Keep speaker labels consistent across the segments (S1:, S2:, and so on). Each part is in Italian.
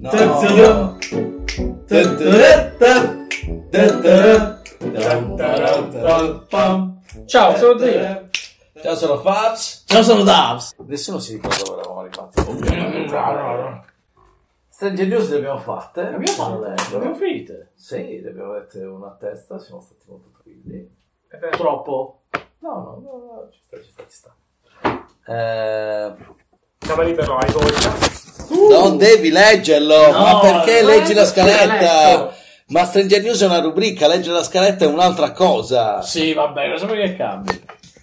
S1: No.
S2: Ciao, sono zio.
S1: Ciao, sono Fabs.
S3: Ciao, Eh, sono Davs.
S1: Nessuno si ricorda dove eravamo rimasti. Stranger News le abbiamo fatte. Le
S3: abbiamo fatte?
S1: fatte.
S3: Abbiamo finite.
S1: Sì, le abbiamo dette una a testa, siamo stati molto tranquilli.
S3: Troppo.
S1: No, no, no, no, ci sta, ci sta, ci sta. Eh,
S2: Siamo libero, hai voglia.
S4: Non devi leggerlo,
S3: Uh. No,
S4: ma perché
S3: ma
S4: leggi la
S3: perché
S4: scaletta?
S3: leggo?
S4: Ma Stranger News è una rubrica, leggere la scaletta è un'altra cosa.
S3: Sì, vabbè, cosa vuoi che cambi?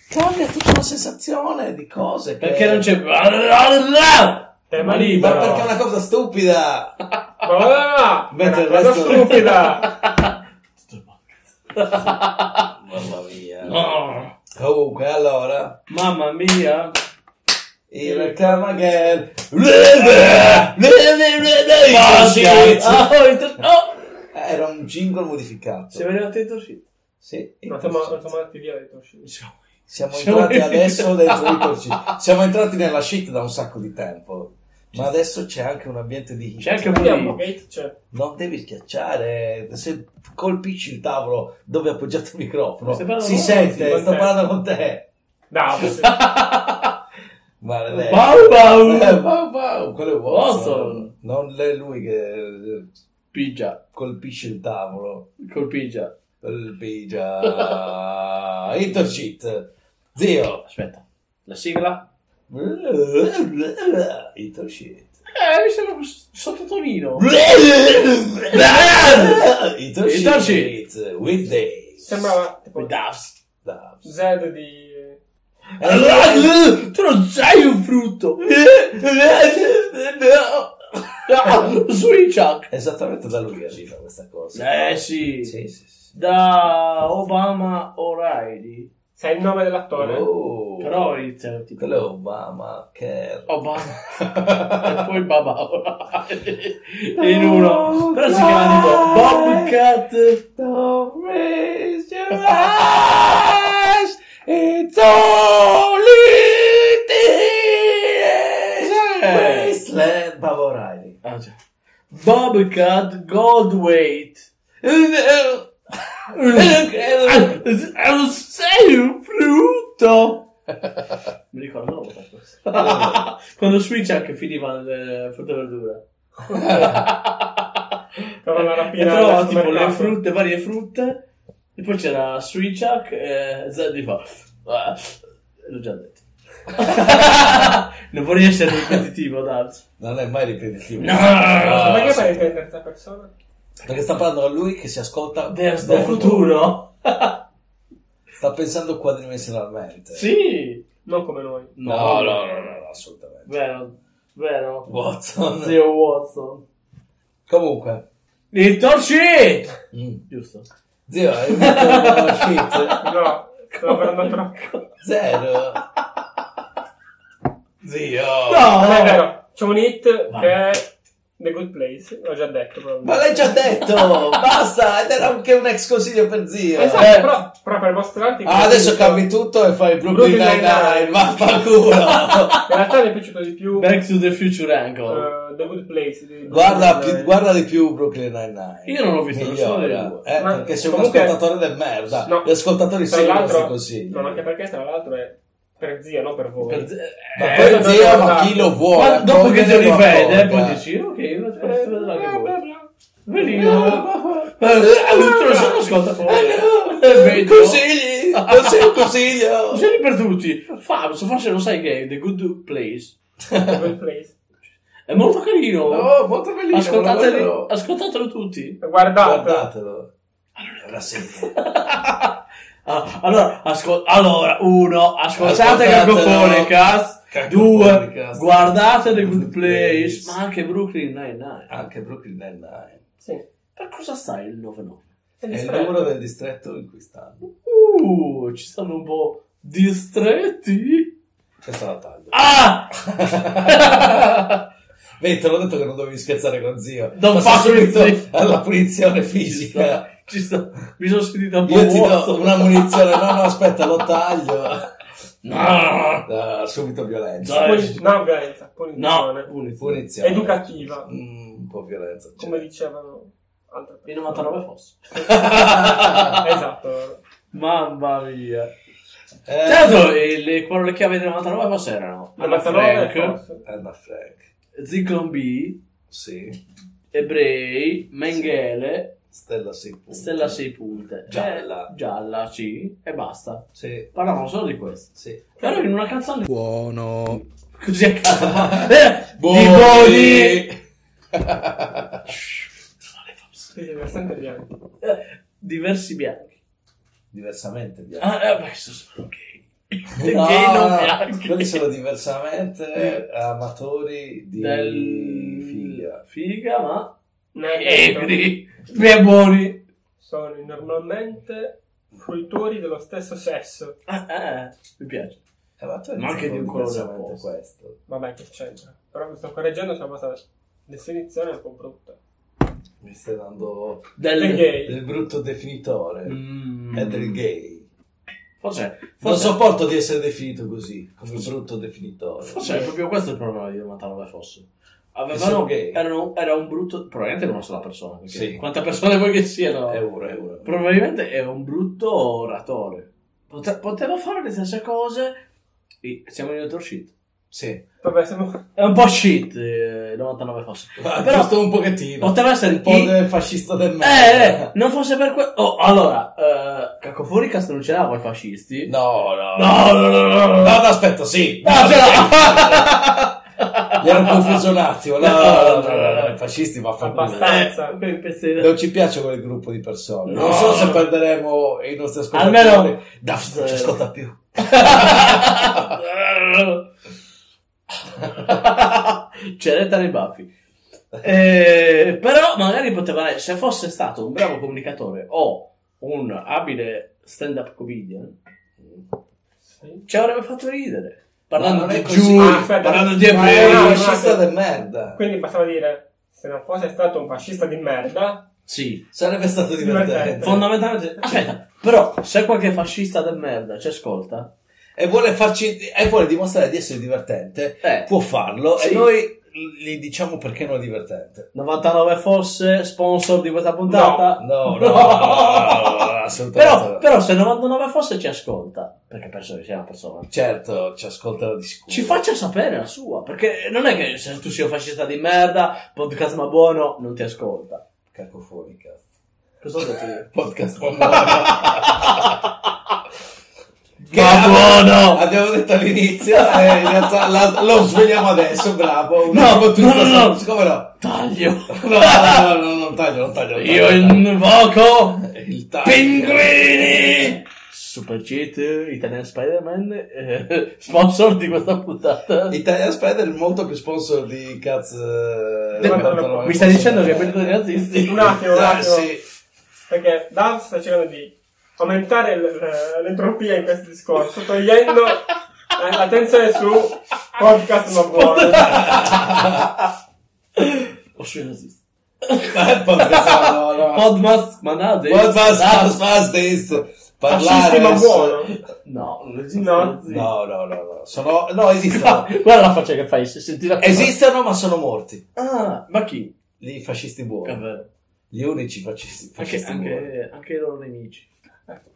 S1: cambia tutta la sensazione di cose. che-
S3: Perché non c'è più.
S2: Tema
S4: Ma
S2: libero.
S4: perché è una cosa stupida?
S2: Ma va, va, va.
S4: Mentre il
S2: Una cosa
S4: resto-
S2: stupida.
S4: Mamma mia.
S3: Oh,
S4: Comunque, allora.
S3: mamma mia.
S4: Il come again.
S3: Ah,
S4: Era
S3: Oh, il tor- oh.
S4: un jingle modificato.
S3: Siamo arrivati ai torciti.
S4: Sì,
S2: Ma siamo ma siamo andati via dai torcini.
S4: Siamo
S3: Siamo
S4: entrati
S3: in-
S4: adesso dentro il torcito. Siamo entrati nella shit da un sacco di tempo. Ma adesso c'è anche un ambiente di
S3: C'è anche
S2: Abbiamo
S3: un
S2: gate, cioè, c'è.
S4: Non devi schiacciare. Se colpisci il tavolo dove è appoggiato il microfono,
S3: Stai parlando
S4: si
S3: con-
S4: sente.
S2: con
S4: sto
S2: te.
S4: parlando con te.
S2: No, sì.
S4: Maledetto.
S3: Bau
S4: Eh,
S3: bau.
S4: wow, wow, quello è Watson.
S3: Watson.
S4: Non è lui che eh,
S3: Pigia.
S4: colpisce il tavolo.
S3: Col pigia.
S4: Colpigia. Intercheat. Zio.
S3: Oh, Aspetta. La sigla?
S4: Intercheat.
S3: Eh, mi sembra un s- sottotonino.
S4: Intercept Weekdays
S2: Sembrava tipo
S3: Davs.
S4: Da-
S2: Z di...
S3: Allora, tu non sei un frutto. No, Ah, Switch.
S4: Esattamente da lui arriva questa cosa
S3: Eh sì.
S4: Sì, sì, sì.
S3: Da Obama O'Reilly.
S2: Sai il nome dell'attore?
S4: Oh,
S3: Però inizia tipo
S4: Quello è Obama Care
S3: Obama e poi Baba O'Reilly. In
S4: Oh,
S3: uno. Però si chiama tipo Bobcat.
S4: Don't raise your eyes It's only
S3: Eh.
S4: Wasteland Baba O'Reilly
S3: Ah, già. Bobcat Goldweight. Non sei un frutto! Mi ricordo questo. Quando Switch anche finiva il frutta e verdura.
S2: Però
S4: Eh,
S2: la
S3: e
S2: rapina
S3: trovava
S2: al
S3: tipo le
S2: supermercato.
S3: frutte, varie frutte. E poi c'era Switch e Zeddy fa. "Ah, L'ho già detto. non vorrei essere ripetitivo, Daz.
S4: Non è mai ripetitivo
S3: No!
S4: Ah,
S2: Ma che
S4: sì.
S2: fai in terza persona?
S4: Perché sta parlando a lui che si ascolta
S3: Dance
S4: dal
S3: del futuro?
S4: Sta pensando quadrimensionalmente.
S3: sì!
S2: Non come noi.
S4: No, no, no, no, no, assolutamente.
S3: Vero, vero.
S4: Watson.
S3: Zio Watson.
S4: Comunque,
S3: Il torci!
S4: mm.
S3: Giusto.
S4: zio, hai vinto una shit.
S2: No, stavo parlando troppo.
S4: Zero. Zio.
S2: Non è
S3: No!
S2: vero. C'è un hit
S3: Vai.
S2: che è The Good Place. L'ho già detto. probabilmente.
S4: Ma l'hai già detto. Basta. Ed era anche un ex consiglio per zio.
S2: Esatto, però, però per mostrarti. che-
S4: Ah, adesso cambi tutto e fai Brooklyn
S2: Brooklyn
S4: Nine-Nine.
S2: Nine-Nine.
S4: Vaffanculo.
S2: In realtà mi è piaciuto di più
S3: Back to the Future Angle.
S2: eh, The Good Place. di- eh,
S4: guarda,
S2: di-
S4: più- guarda di più Brooklyn Nine-Nine.
S3: Io non l'ho visto, non so
S4: Migliora.
S3: delle
S4: Eh,
S2: Ma
S4: perché sei un
S2: comunque-
S4: ascoltatore del merda.
S2: No.
S4: Gli ascoltatori
S2: Tra
S4: seguono
S2: l'altro-
S4: questi consigli.
S2: No, ma anche perché tra l'altro è per zia, non per voi.
S3: Per-
S4: Ma
S3: eh,
S4: poi
S2: quello
S4: zio,
S2: non
S4: ma
S2: va.
S4: chi lo vuole?
S3: ma dopo che te
S4: accogliere
S3: li
S4: lo
S3: vede, eh,
S4: accolga.
S3: poi dici, ok, io ti posso vedere anche voi.
S2: Eh,
S3: Venivo. eh, Te lo sono ascoltato. Eh, vedo.
S4: Consigli! Consiglio, consiglio!
S3: Consigli eh, per tutti. Fabio, forse lo sai che è The Good Place.
S2: The Good Place.
S3: È molto carino.
S4: Oh, molto bellissimo!
S3: Ascoltatelo,
S4: guardatelo.
S3: ascoltatelo tutti.
S2: Guardate.
S4: Guardatelo. Allora, senti.
S3: Ah, allora, ascol- allora, uno, ascoltate
S4: Ascoltatelo.
S3: Cacofonicast. Due,
S4: Cacofonicast.
S3: guardate The Good
S4: Good
S3: Place.
S4: Place.
S3: Ma anche Brooklyn Nine-Nine.
S4: Anche Brooklyn Nine-Nine.
S2: Sì.
S3: Per cosa stai il 9-9?
S4: È
S2: È
S4: il
S2: distretto.
S4: numero del distretto in cui stanno.
S3: Uh, ci stanno un po' distretti.
S4: Questa la taglio.
S3: Ah!
S4: Vedi, te l'ho detto che non dovevi scherzare con zio.
S3: Non
S4: Passa
S3: faccio
S4: subito
S3: il-
S4: alla punizione
S3: ci sta,
S4: fisica.
S3: ci sta. Mi sono sentito un po'
S4: Io ti do
S3: Watson.
S4: una munizione. No, no, aspetta, lo taglio.
S3: No!
S4: Ah, subito violenza.
S3: Dai.
S2: Puni- No, violenza.
S3: No!
S2: Punizione.
S4: Punizione.
S2: Educativa.
S4: Mm, po' violenza. c'è.
S2: Come dicevano altre
S3: Il
S2: persone.
S3: 99 fosse.
S2: Esatto.
S3: Mamma mia.
S4: Eh,
S3: Tra l'altro, eh, le, quello- le chiavi del 99 cos'erano? Anna
S2: 99
S3: Frank,
S2: forse.
S4: Anna eh, Frank,
S3: Zyklon B,
S4: sì.
S3: Ebrei, Mengele,
S4: Stella 6 punti.
S3: Stella 6 punte.
S4: Gialla.
S3: Eh, gialla, sì. E basta.
S4: Sì,
S3: Parlavano solo di questo.
S4: sì.
S3: Però in una canzone
S4: Buono.
S3: così a caso. eh,
S4: Buoni.
S3: di Boni.
S2: Sì, sì, versante bianco.
S3: Eh, diversi bianchi.
S4: Diversamente, bianco.
S3: Ah, eh, beh, questo sono gay.
S4: No,
S3: gay non Eh.
S4: no,
S3: bianchi.
S4: Ah, Quelli sono diversamente amatori di
S3: Del...
S4: figa.
S3: Figa, ma...
S2: Eh,
S3: eh,
S2: Negri
S3: Negri. Beh, buoni.
S2: sono normalmente fruitori dello stesso sesso.
S3: Ah, ah, mi piace.
S4: Eh, ma, tu hai
S3: Ma anche
S4: detto
S3: di un colore
S4: diversamente
S3: opposto.
S4: questo.
S2: Vabbè, che c'entra. Però mi sto correggendo, c'è questa definizione un po' brutta.
S4: Mi stai dando
S2: Del gay.
S4: del brutto definitore.
S3: Mm.
S4: È del gay.
S3: Forse,
S4: Non
S3: forse,
S4: sopporto di essere definito così, come brutto definitore.
S3: forse è proprio questo il problema di 99 fosse.
S4: Che sono
S3: Avevano,
S4: gay.
S3: erano, era un brutto, probabilmente era una sola persona. Perché
S4: Sì.
S3: Quante persone vuoi che siano?
S4: È ora, è ora.
S3: Probabilmente è un brutto oratore. Pote- poteva fare le stesse cose. E siamo in otto shit.
S4: Sì,
S2: Vabbè, siamo...
S3: È un po' shit. eh, 99 fosse.
S4: Ma
S3: Però-
S4: giusto un pochettino.
S3: Poteva essere
S4: Un po'
S3: chi-
S4: del fascista del
S3: Eh, eh,
S4: merda.
S3: non fosse per quello. Oh, allora, eh, Cacofonicast non ce l'ha con i fascisti.
S4: No, no.
S3: No, no, no, no, no.
S4: No, no, aspetta, sì.
S3: Ah, ce l'ha!
S4: Mi ero confuso un attimo. No, no, no, no, no, i fascisti vaffanculo.
S2: Abbastanza. Abbastanza.
S3: Eh, quel pezzetto.
S4: Non ci piace quel gruppo di persone.
S3: No.
S4: Non so se perderemo i nostri ascoltatori.
S3: Almeno- Eh,
S4: Daft non ci ascolta più.
S3: C'è retta nei baffi. Eh, però magari poteva se fosse stato un bravo comunicatore o un abile stand-up comedian,
S2: Sì.
S3: ci avrebbe fatto ridere. Parlando
S4: Ma non
S3: di
S4: è così.
S3: Giù,
S2: Ah, aspetta.
S3: parlando di
S4: Ma è
S3: ebrei.
S4: un
S2: no,
S4: fascista
S2: no.
S4: del merda.
S2: Quindi bastava dire, se non fosse stato un fascista di merda,
S3: Sì,
S4: Sarebbe stato divertente.
S3: fondamentalmente. Aspetta, però se qualche fascista del merda ci ascolta,
S4: E vuole farci, e vuole dimostrare di essere divertente.
S3: eh,
S4: Può farlo.
S3: Sì.
S4: E noi gli diciamo perché non è divertente.
S3: 99 fosse sponsor di questa puntata.
S4: No, no, no, no, no, no, assolutamente
S3: Però,
S4: no.
S3: però se 99 fosse ci ascolta, perché penso che sia una persona,
S4: Certo, ci ascolta di sicuro.
S3: ci faccia sapere la sua, perché non è che se tu sei un fascista di merda, podcast ma buono, non ti ascolta.
S4: Cacofonica.
S3: Cosa ho detto io?
S4: Podcast buono. Che
S3: ma
S4: abbiamo-
S3: buono!
S4: Abbiamo detto all'inizio, e in realtà la- lo svegliamo adesso, bravo. Un
S3: No,
S4: attimo, tu
S3: no,
S4: stai-
S3: no, no.
S4: siccome no.
S3: Taglio!
S4: No, no, no, no, non taglio, non taglio. non
S3: Io
S4: taglio, non
S3: invoco
S4: taglio. il taglio.
S3: pinguini! Super Cheat, Italian Spider-Man, eh, sponsor di questa puntata.
S4: Italian Spider è molto più sponsor di eh, Cats.
S3: Eh,
S2: Te-
S3: Mi stai dicendo che è perduto dei nazisti?
S2: un attimo, un attimo.
S4: Eh, sì.
S2: Perché Dav sta cercando di aumentare l- l- l'entropia in questo discorso, togliendo eh, la tensione su podcast ma buono.
S3: O sui nazisti.
S4: Eh, podcast, no, no.
S3: Podmas, ma nazi.
S4: Podcast, podcast, podcast,
S2: Fascisti
S4: parlare.
S2: ma buono.
S3: No, non esiste.
S2: No.
S3: nazi.
S4: No, no, no, no. Sono, no, esistono.
S3: Guarda la faccia che fai, se senti la
S4: esistono, ma sono morti.
S3: Ah, ma chi?
S4: Gli fascisti
S3: È
S4: buoni.
S3: vero.
S4: Gli unici fascisti,
S3: Anche,
S4: fascisti buoni.
S3: anche- anche i loro nemici.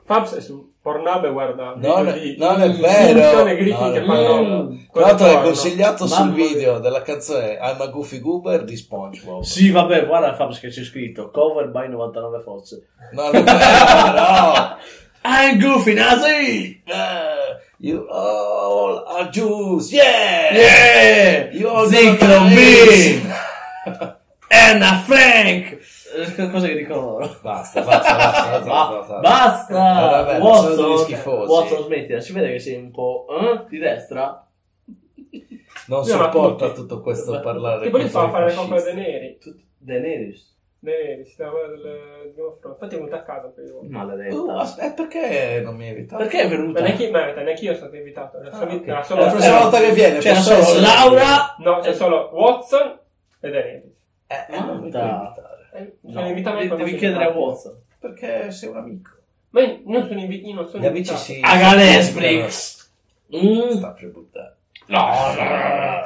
S2: Fabs è su Pornhub e guarda
S4: Non,
S2: video di-
S4: non è
S2: di
S4: vero.
S2: Simpson e Griffin
S4: Non è
S2: che
S4: vero.
S2: fanno Mm.
S4: Tra l'altro
S2: quello
S4: è
S2: porno.
S4: consigliato sul
S3: Mamma mia.
S4: video della canzone I'm a Goofy Goober di SpongeBob.
S3: Sì, vabbè, guarda Fabs che c'è scritto. Cover by 99 Fosse.
S4: No, non è vero, no.
S3: I'm Goofy
S4: Eh,
S3: Nazi!
S4: You all are Jews, yeah!
S3: Yeah!
S4: You all
S3: Zincron
S4: gonna
S3: B!
S4: die.
S3: Anna Frank! Eh, che Cosa che dicono loro?
S4: Basta, basta, basta, basta, basta.
S3: Ba- basta!
S4: Eh, vabbè, sono degli
S3: Watson,
S4: schifosi.
S3: Watson, smettila, si vede che sei un po' eh, di destra.
S4: Non
S2: Io la
S4: sopporta
S2: tutti.
S4: tutto questo
S3: Vabbè.
S4: parlare.
S2: Che poi gli
S4: contro
S2: fa
S4: i
S2: fare le
S4: fascisti.
S2: compere dei neri.
S3: Tut- Daenerys.
S2: Dei neri, si chiama del... di Game of Thrones. Infatti è venuta a casa per io.
S3: Maledetta.
S4: Uh, as- eh, perché non mi invita?
S3: Perché è
S2: Ma
S3: venuta?
S2: neanche in merita, neanche io sono stato invitato. Era solo-
S4: Ah, ok.
S2: era
S3: Eh,
S2: solo-
S4: La prossima volta che viene,
S3: C'era
S4: posso-
S3: solo cioè, Laura.
S2: No, c'è solo Watson e dei neri.
S4: Eh, eh, non mi puoi
S3: Manda.
S4: invitare.
S2: Eh,
S3: No,
S2: mi sono invitato
S3: devi,
S2: per
S3: devi
S2: cosa
S3: chiedere a
S2: invitati.
S3: Watson.
S4: Perché sei un amico.
S2: Ma io non sono, invi- io non sono
S4: Gli amici
S2: invitato.
S4: si.
S3: A Galesbrix. Mm.
S4: Sta per buttare.
S3: No, no, no, no.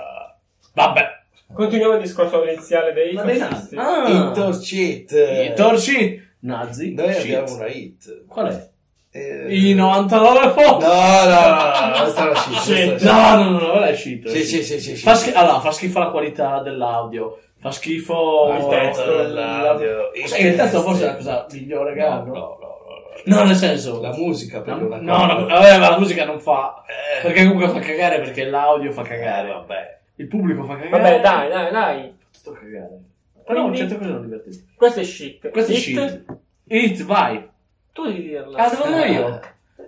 S3: Vabbè.
S2: Continuiamo il discorso iniziale dei
S3: Ma dei
S2: fascisti.
S3: nazi. Ah.
S4: I Torchit.
S3: I torci nazi.
S4: Noi
S3: shit.
S4: abbiamo una hit.
S3: Qual è?
S4: Eh,
S3: I 99
S4: No,
S3: Fox.
S4: no, no, no, questa è una shit. questa è una
S2: Shit.
S4: shit.
S3: No, no, no, no, quella è shit.
S4: Sì, sì, sì, sì, sì.
S3: Fa schi- allora, fa schifo la qualità dell'audio. Fa schifo
S2: Il testo
S4: Ah, dell'audio.
S3: La- Sai che il testo forse è la cosa migliore che
S4: No,
S3: hanno.
S4: no, no,
S3: No, nel senso.
S4: La musica
S3: La-
S4: per
S3: no,
S4: una cosa.
S3: no, vabbè, ma la musica non fa.
S4: Eh.
S3: Perché comunque fa cagare perché l'audio fa cagare.
S4: Eh, vabbè.
S3: Il pubblico fa cagare.
S2: Vabbè, dai, dai, dai.
S3: Sto cagare.
S2: Quindi-
S3: Però no, certe cose non divertenti.
S2: Questo è shit.
S3: Questo è
S2: It,
S3: shit. It, vai.
S2: Tu devi dirla.
S3: Ah, devo andare io.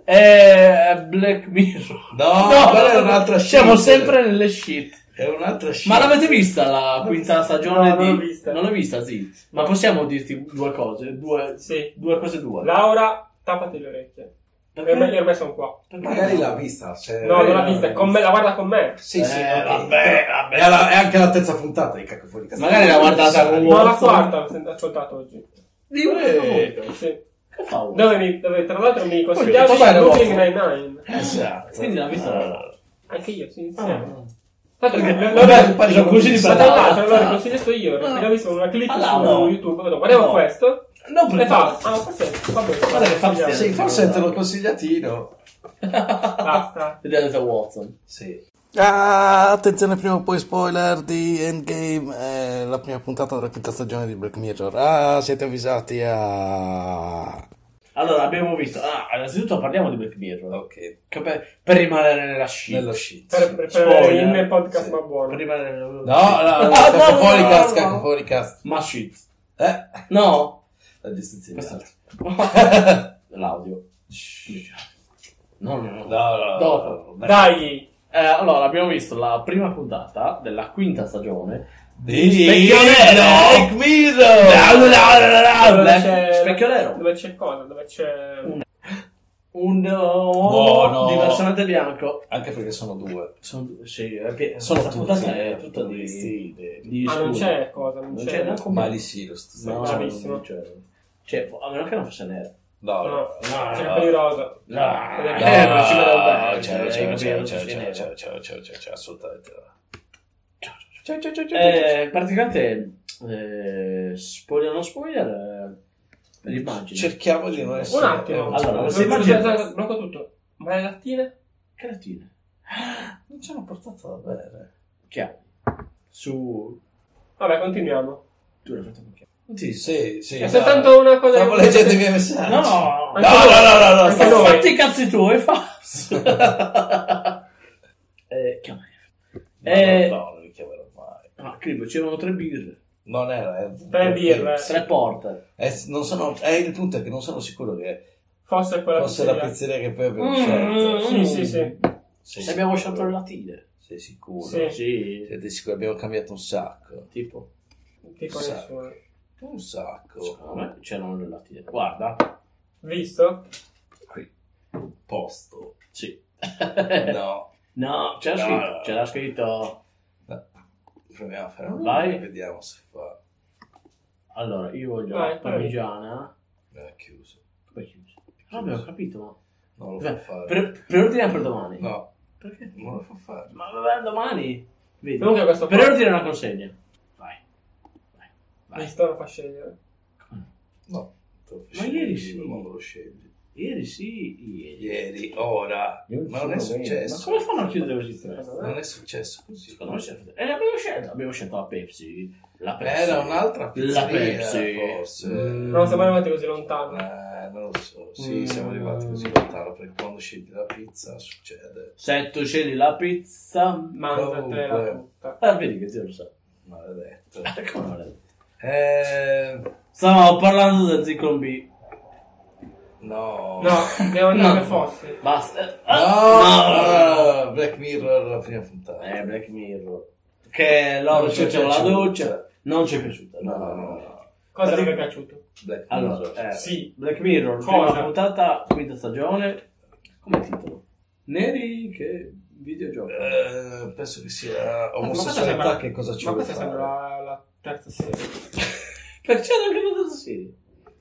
S3: Eh, Black Mirror.
S4: No, quella è un'altra shit.
S3: Siamo sempre nelle shit.
S4: È un'altra shit.
S3: Ma l'avete vista la quinta stagione
S2: No,
S3: di...
S2: non l'ho vista.
S3: Non l'ho vista, sì. Ma possiamo dirti due cose? Due,
S2: Sì.
S3: due cose due.
S2: Laura, tappati le orecchie.
S3: Perché-
S2: Ormai, ormai sono qua.
S3: perché-
S4: Magari l'ha vista. cioè-
S2: No, non l'ha
S3: no,
S2: vista.
S3: no,
S2: Con
S3: no.
S2: me, la guarda con me.
S4: Sì, sì,
S3: Eh,
S4: ok.
S3: vabbè, vabbè.
S4: È, alla- è anche la terza puntata di Cacofonica.
S3: Magari l'ha guardata con-
S2: No, la
S3: Forza.
S2: quarta l'ho sent- ascoltato oggi.
S3: Di eh.
S2: Sì.
S3: Che fa uno?
S2: Dove, mi, dove tra l'altro mi
S4: Poi,
S2: consigliavi
S4: tutto bene,
S2: Brooklyn
S4: guarda.
S2: Nine-Nine.
S4: Esatto.
S3: Quindi l'ha vista la-
S2: Anche io, sì, insieme.
S3: Ah.
S2: Tanto
S3: Perché-
S2: l'ho- l'ho-
S4: Vabbè,
S3: Vabbè, sono così di
S2: Ma tra l'altro,
S3: parlare.
S2: allora lo consiglio io, perché l'ho visto con una clip
S3: Allora,
S2: su
S3: no.
S2: YouTube, vedo, guardiamo
S3: No.
S2: questo,
S3: No,
S2: e
S3: perché
S2: fa, ah, forse, vabbè,
S3: Guarda che fa
S2: vediamo.
S4: Sì, forse te l'ho consigliatino.
S2: Ah. Basta.
S3: Vediamo se è Watson.
S4: Sì.
S5: Ah, attenzione prima o poi spoiler di Endgame, eh, la prima puntata della quinta stagione di Black Mirror. Ah, siete avvisati a...
S3: Allora, abbiamo visto... Ah, innanzitutto parliamo di Black Mirror.
S4: Ok.
S3: Che per, per rimanere nella scia.
S4: Nello shit.
S2: Per, per, per
S3: Spoiler.
S2: il podcast
S4: Sì.
S2: ma
S3: Per
S2: buono.
S3: rimanere nella
S4: No, no, no, Cacofonicast, Cacofonicast.
S3: Ma shit.
S4: Eh?
S3: No.
S4: La giustizia.
S3: Quest'altro. L'audio. No, no, no.
S4: No, no, no.
S3: Dopo.
S4: no.
S2: Dai!
S3: Eh, allora, abbiamo visto la prima puntata della quinta stagione.
S4: Di
S3: Specchio Nero.
S4: Black Mirror.
S2: Dove
S3: Black-
S2: c'è-
S3: Specchio Nero.
S2: Dove c'è cosa? Dove c'è...
S3: Un eh,
S4: Buono.
S3: uomo diversamente bianco.
S4: Anche perché sono due.
S3: Sono, sì, è pie-
S4: Sono
S3: questa
S4: tutte-
S3: puntata è tutta
S4: tutte
S3: di,
S4: di-
S3: di
S2: Ah, non
S3: scudi.
S2: c'è cosa, non,
S3: Non
S2: c'è...
S3: c'è
S2: no?
S3: neanche un-
S4: Mali Sirius. tu stai
S3: No,
S4: dicendo?
S2: Bravissimo.
S3: non c'è. Cioè, a meno che non fosse nero.
S4: No,
S2: No,
S4: no.
S2: c'è
S4: no.
S2: il peli rosa.
S3: No,
S2: Eh,
S4: No,
S2: non ci vedo
S3: bene.
S4: Ciao,
S3: Eh,
S4: ciao,
S3: capito,
S4: ciao,
S3: non
S4: ciao,
S3: ci
S4: ciao,
S3: vedo.
S4: ciao, ciao, ciao, ciao, ciao, assolutamente. no.
S3: Ciao, ciao, ciao, ciao. Eh, praticamente, eh, spoiler o non spoiler, eh, l'immagine.
S4: Cerchiamo di non essere...
S2: Un attimo.
S3: Allora,
S2: Allora,
S3: se
S2: aspetta,
S3: immagini-
S2: aspetta, aspetta, blocco tutto. Ma le lattine?
S3: Creatine.
S4: Non ci hanno portato da bere.
S3: Chiaro. Su...
S2: Vabbè, continuiamo.
S3: Tu l'hai fatto con chiaro.
S4: Non ti- Sì,
S3: Eh,
S4: sì.
S2: È soltanto una cosa...
S4: Stavo leggendo i miei messaggi.
S3: No!
S4: No, no, no, no, no.
S2: Anche
S4: stavo-
S2: noi.
S3: Fatti i cazzi tuoi, falso! eh, chiama. Eh,
S4: No, no, non li chiamerò mai.
S3: Ah, credo, c'erano tre birre,
S4: Non era... eh,
S2: Tre birre.
S3: tre porte.
S4: Eh, non sono, eh, il punto è che non sono sicuro che
S2: Forse quella
S4: fosse la
S2: pizzeria.
S4: pizzeria certo. che poi abbiamo
S3: eh. Mm.
S4: scelto.
S2: Sì, sì, sì.
S4: Sei
S3: Se
S4: sicuro?
S3: abbiamo scelto le latine.
S4: Sei sicuro?
S2: Sì.
S3: Sì.
S4: Siete sicuri? Abbiamo cambiato un sacco.
S3: Tipo,
S2: Tipo
S4: Sì.
S2: nessuno.
S4: Un sacco.
S3: secondo me c'erano le latine. Guarda,
S2: Visto?
S3: qui.
S4: Posto.
S3: Sì.
S4: No.
S3: no, c'era
S4: No,
S3: scritto,
S4: no.
S3: c'era scritto.
S4: Proviamo a fare un
S3: Vai.
S4: e vediamo se fa.
S3: Allora, io voglio
S2: Vai,
S3: la parmigiana.
S4: È chiuso.
S3: Poi chiuso. No, abbiamo capito, ma...
S4: Non lo fa
S3: Beh,
S4: fare.
S3: Pre- preordina per domani.
S4: No,
S3: Perché?
S4: non lo fa fare.
S3: Ma vabbè, domani. Vedi.
S2: Comunque questo qua-
S3: Preordina una consegna. Vai. Vai. Vai.
S2: Visto? Lo fa scegliere.
S4: No. te lo
S3: Ma
S4: scegli,
S3: ieri sì.
S4: Ma non lo scegli.
S3: Ieri sì, ieri.
S4: Ieri, ora. Ma non Eh, è
S3: Ma
S4: successo.
S3: come fanno a chiudere così presto?
S4: Non è successo così.
S3: Secondo me c'è... E abbiamo scelto. Abbiamo scelto la Pepsi. La Pepsi.
S4: Era un'altra
S3: La
S4: pizzeria,
S3: Pepsi.
S4: forse.
S3: Mm.
S2: Non siamo arrivati così lontano.
S4: Eh, non lo so. Sì, siamo
S3: Mm.
S4: arrivati così lontano perché quando scegli la pizza succede.
S3: Se tu scegli la pizza...
S2: Mangiate la
S4: Comunque.
S2: puttana.
S3: Ah, vedi che zio lo sa.
S4: Maledetto.
S3: Come non è?
S4: Eh,
S3: Stavamo parlando del Zicon B.
S4: no.
S2: No, devo andare
S3: No.
S2: per Fossi.
S3: Basta.
S4: No,
S3: Ah,
S4: no, no, Black Mirror la prima puntata.
S3: Eh, Black Mirror. Che loro
S4: Non ci è
S3: facevano la
S4: piaciuta.
S3: doccia. Non ci è piaciuta.
S4: No, no, no.
S2: Cosa
S3: Infatti-
S2: ti è piaciuto?
S4: Black Mirror.
S3: Allora, eh,
S2: Sì.
S3: Black Mirror,
S2: Cosa?
S3: prima puntata, quinta stagione. Come titolo? Neri che videogioco.
S4: Eh, penso che sia
S2: Ma
S4: omosessualità
S2: questa
S4: che cosa ci
S2: Ma
S4: vuole
S2: questa
S4: fare.
S2: sembra la, la terza serie.
S3: Perché c'era anche una terza serie.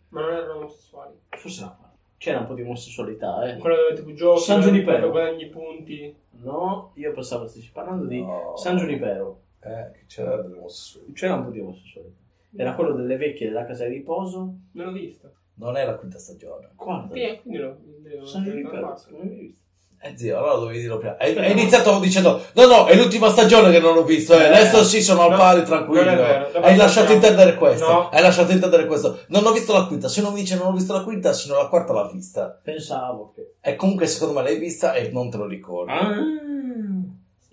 S2: Ma non erano omosessuali.
S3: Forse no. C'era un po' di omosessualità, eh.
S2: Quello dove tu giochi,
S3: San
S2: dove
S3: Giunipero.
S2: guadagni punti.
S3: No, io pensavo stessi parlando di
S4: No.
S3: San Giunipero.
S4: Eh, che c'era dell'omosessualità.
S3: C'era un po' di omosessualità. Era quello delle vecchie della casa di riposo.
S2: Non l'ho visto.
S4: Non è la quinta stagione.
S3: Guarda,
S2: Sì, quindi l'ho l'ho-
S3: sono
S2: l'ho
S3: lì per
S2: guardato.
S3: non l'hai visto.
S4: Eh zio, allora dovevi dirlo prima. Hai, hai iniziato dicendo, no no, è l'ultima stagione che non ho visto, eh, adesso sì sono al
S2: No,
S4: pari, tranquillo.
S2: non è vero, dopo
S4: hai lasciato
S2: facciamo.
S4: intendere questo,
S2: No.
S4: hai lasciato intendere questo. Non ho visto la quinta, se non mi dice non ho visto la quinta, se non la quarta l'ha vista.
S3: Pensavo che.
S4: E comunque secondo me l'hai vista e non te lo ricordi.
S3: Ah.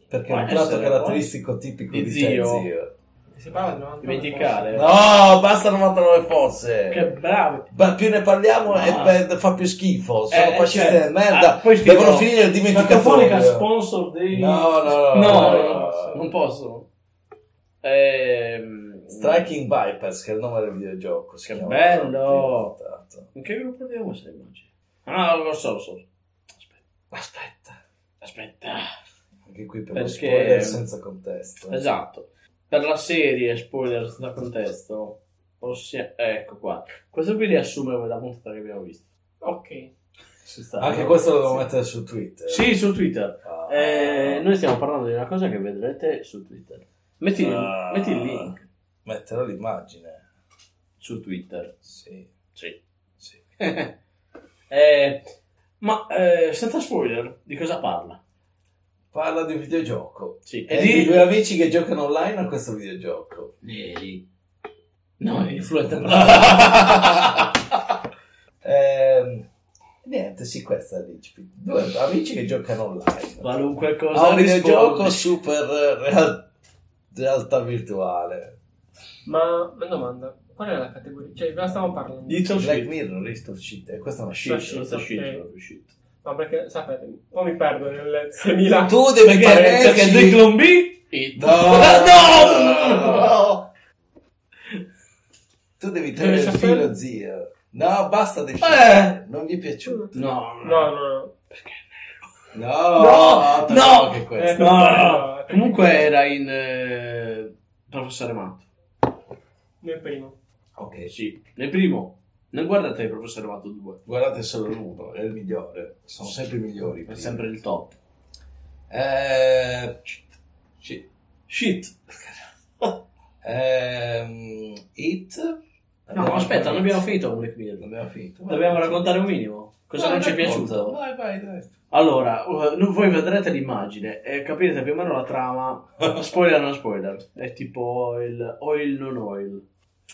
S4: Perché è un
S3: Può
S4: tratto
S3: essere,
S4: caratteristico tipico
S3: Di
S4: di, te,
S3: zio.
S4: zio.
S2: Si parla di 99
S3: Dimenticare.
S4: No, basta 99 fosse.
S3: Che bravi.
S4: Ma più ne parliamo
S3: No.
S4: e pe- fa più schifo. Sono
S3: Eh,
S4: fascisti
S3: cioè,
S4: di merda.
S3: ah, poi ti
S4: Devono
S3: dico,
S4: finire il
S3: Francofonica
S4: dimenticatoio.
S3: sponsor dei.
S4: No, no, no,
S3: No,
S4: no,
S3: no,
S4: no.
S3: non possono. Ehm,
S4: Striking Vipers, che è il nome del videogioco. si
S3: Che
S4: chiama.
S3: bello! In che gruppo abbiamo se immagini? Ah, lo so, lo so. Aspetta,
S4: Aspetta,
S3: aspetta.
S4: anche qui per lo
S3: Perché-
S4: spoiler senza contesto.
S3: Esatto. Per la serie, spoiler da contesto, possi- ecco qua. Questo qui riassume quella puntata che abbiamo visto.
S2: Ok.
S3: Ci sta,
S4: Anche
S3: no?
S4: questo lo devo
S3: Sì.
S4: mettere su Twitter.
S3: Sì, su Twitter.
S4: Ah.
S3: Eh, noi stiamo parlando di una cosa che vedrete su Twitter. Metti,
S4: Ah.
S3: metti il link
S4: Metterò l'immagine.
S3: su Twitter.
S4: Sì,
S3: Sì.
S4: sì.
S3: Eh, ma eh, senza spoiler, di cosa parla?
S4: Parla di un videogioco.
S3: Sì.
S4: E Eh, di due amici che giocano online a questo videogioco.
S3: Neri. Eh, No, è influente.
S4: Ehm, niente, sì, questa è l'ICP. Due amici che giocano online.
S3: Qualunque cosa.
S4: A un
S3: rispondi.
S4: videogioco super eh, real- realtà virtuale.
S2: Ma una domanda. Qual è la categoria? Cioè, cosa stiamo parlando?
S3: Dito
S4: Black
S3: shit.
S4: Mirror, Risto Shit, eh, questa è una
S3: Shit,
S4: shit.
S2: Shit,
S3: sto
S2: ok.
S3: shit, proprio shit.
S2: No, perché, sapete, o mi perdo nel 6000...
S4: Tu devi
S3: Perché? Perché
S4: parlarci...
S3: Zyklon B?
S4: No!
S3: No!
S4: No! Tu devi tenere il
S2: Devi
S4: filo,
S2: sapere-
S4: zio. No, basta di
S3: Eh.
S4: Non vi è piaciuto?
S3: No,
S2: No, no, no.
S4: No!
S3: No,
S4: te
S3: no.
S4: che
S2: Eh,
S4: questo.
S3: No, no,
S2: no,
S3: no. Comunque era in eh, Professore Matto.
S2: Nel primo.
S4: Ok,
S3: Sì, nel primo. Non guardate il Professore Matto 2.
S4: guardate solo l'uno, è il migliore. Sono sempre i migliori.
S3: È sempre il top.
S4: Eh, sì.
S3: Shit.
S4: Ehm, it.
S3: No, aspetta, non abbiamo finito con Black
S4: Non
S3: Mirror.
S4: abbiamo finito.
S3: Dobbiamo raccontare un minimo. Cosa
S4: No,
S3: non ci è
S4: racconta.
S3: piaciuto?
S4: Vai, vai, dai.
S3: Allora, eh, no- voi vedrete l'immagine e capirete più o meno la trama. Spoiler o non spoiler? È tipo il oil non oil.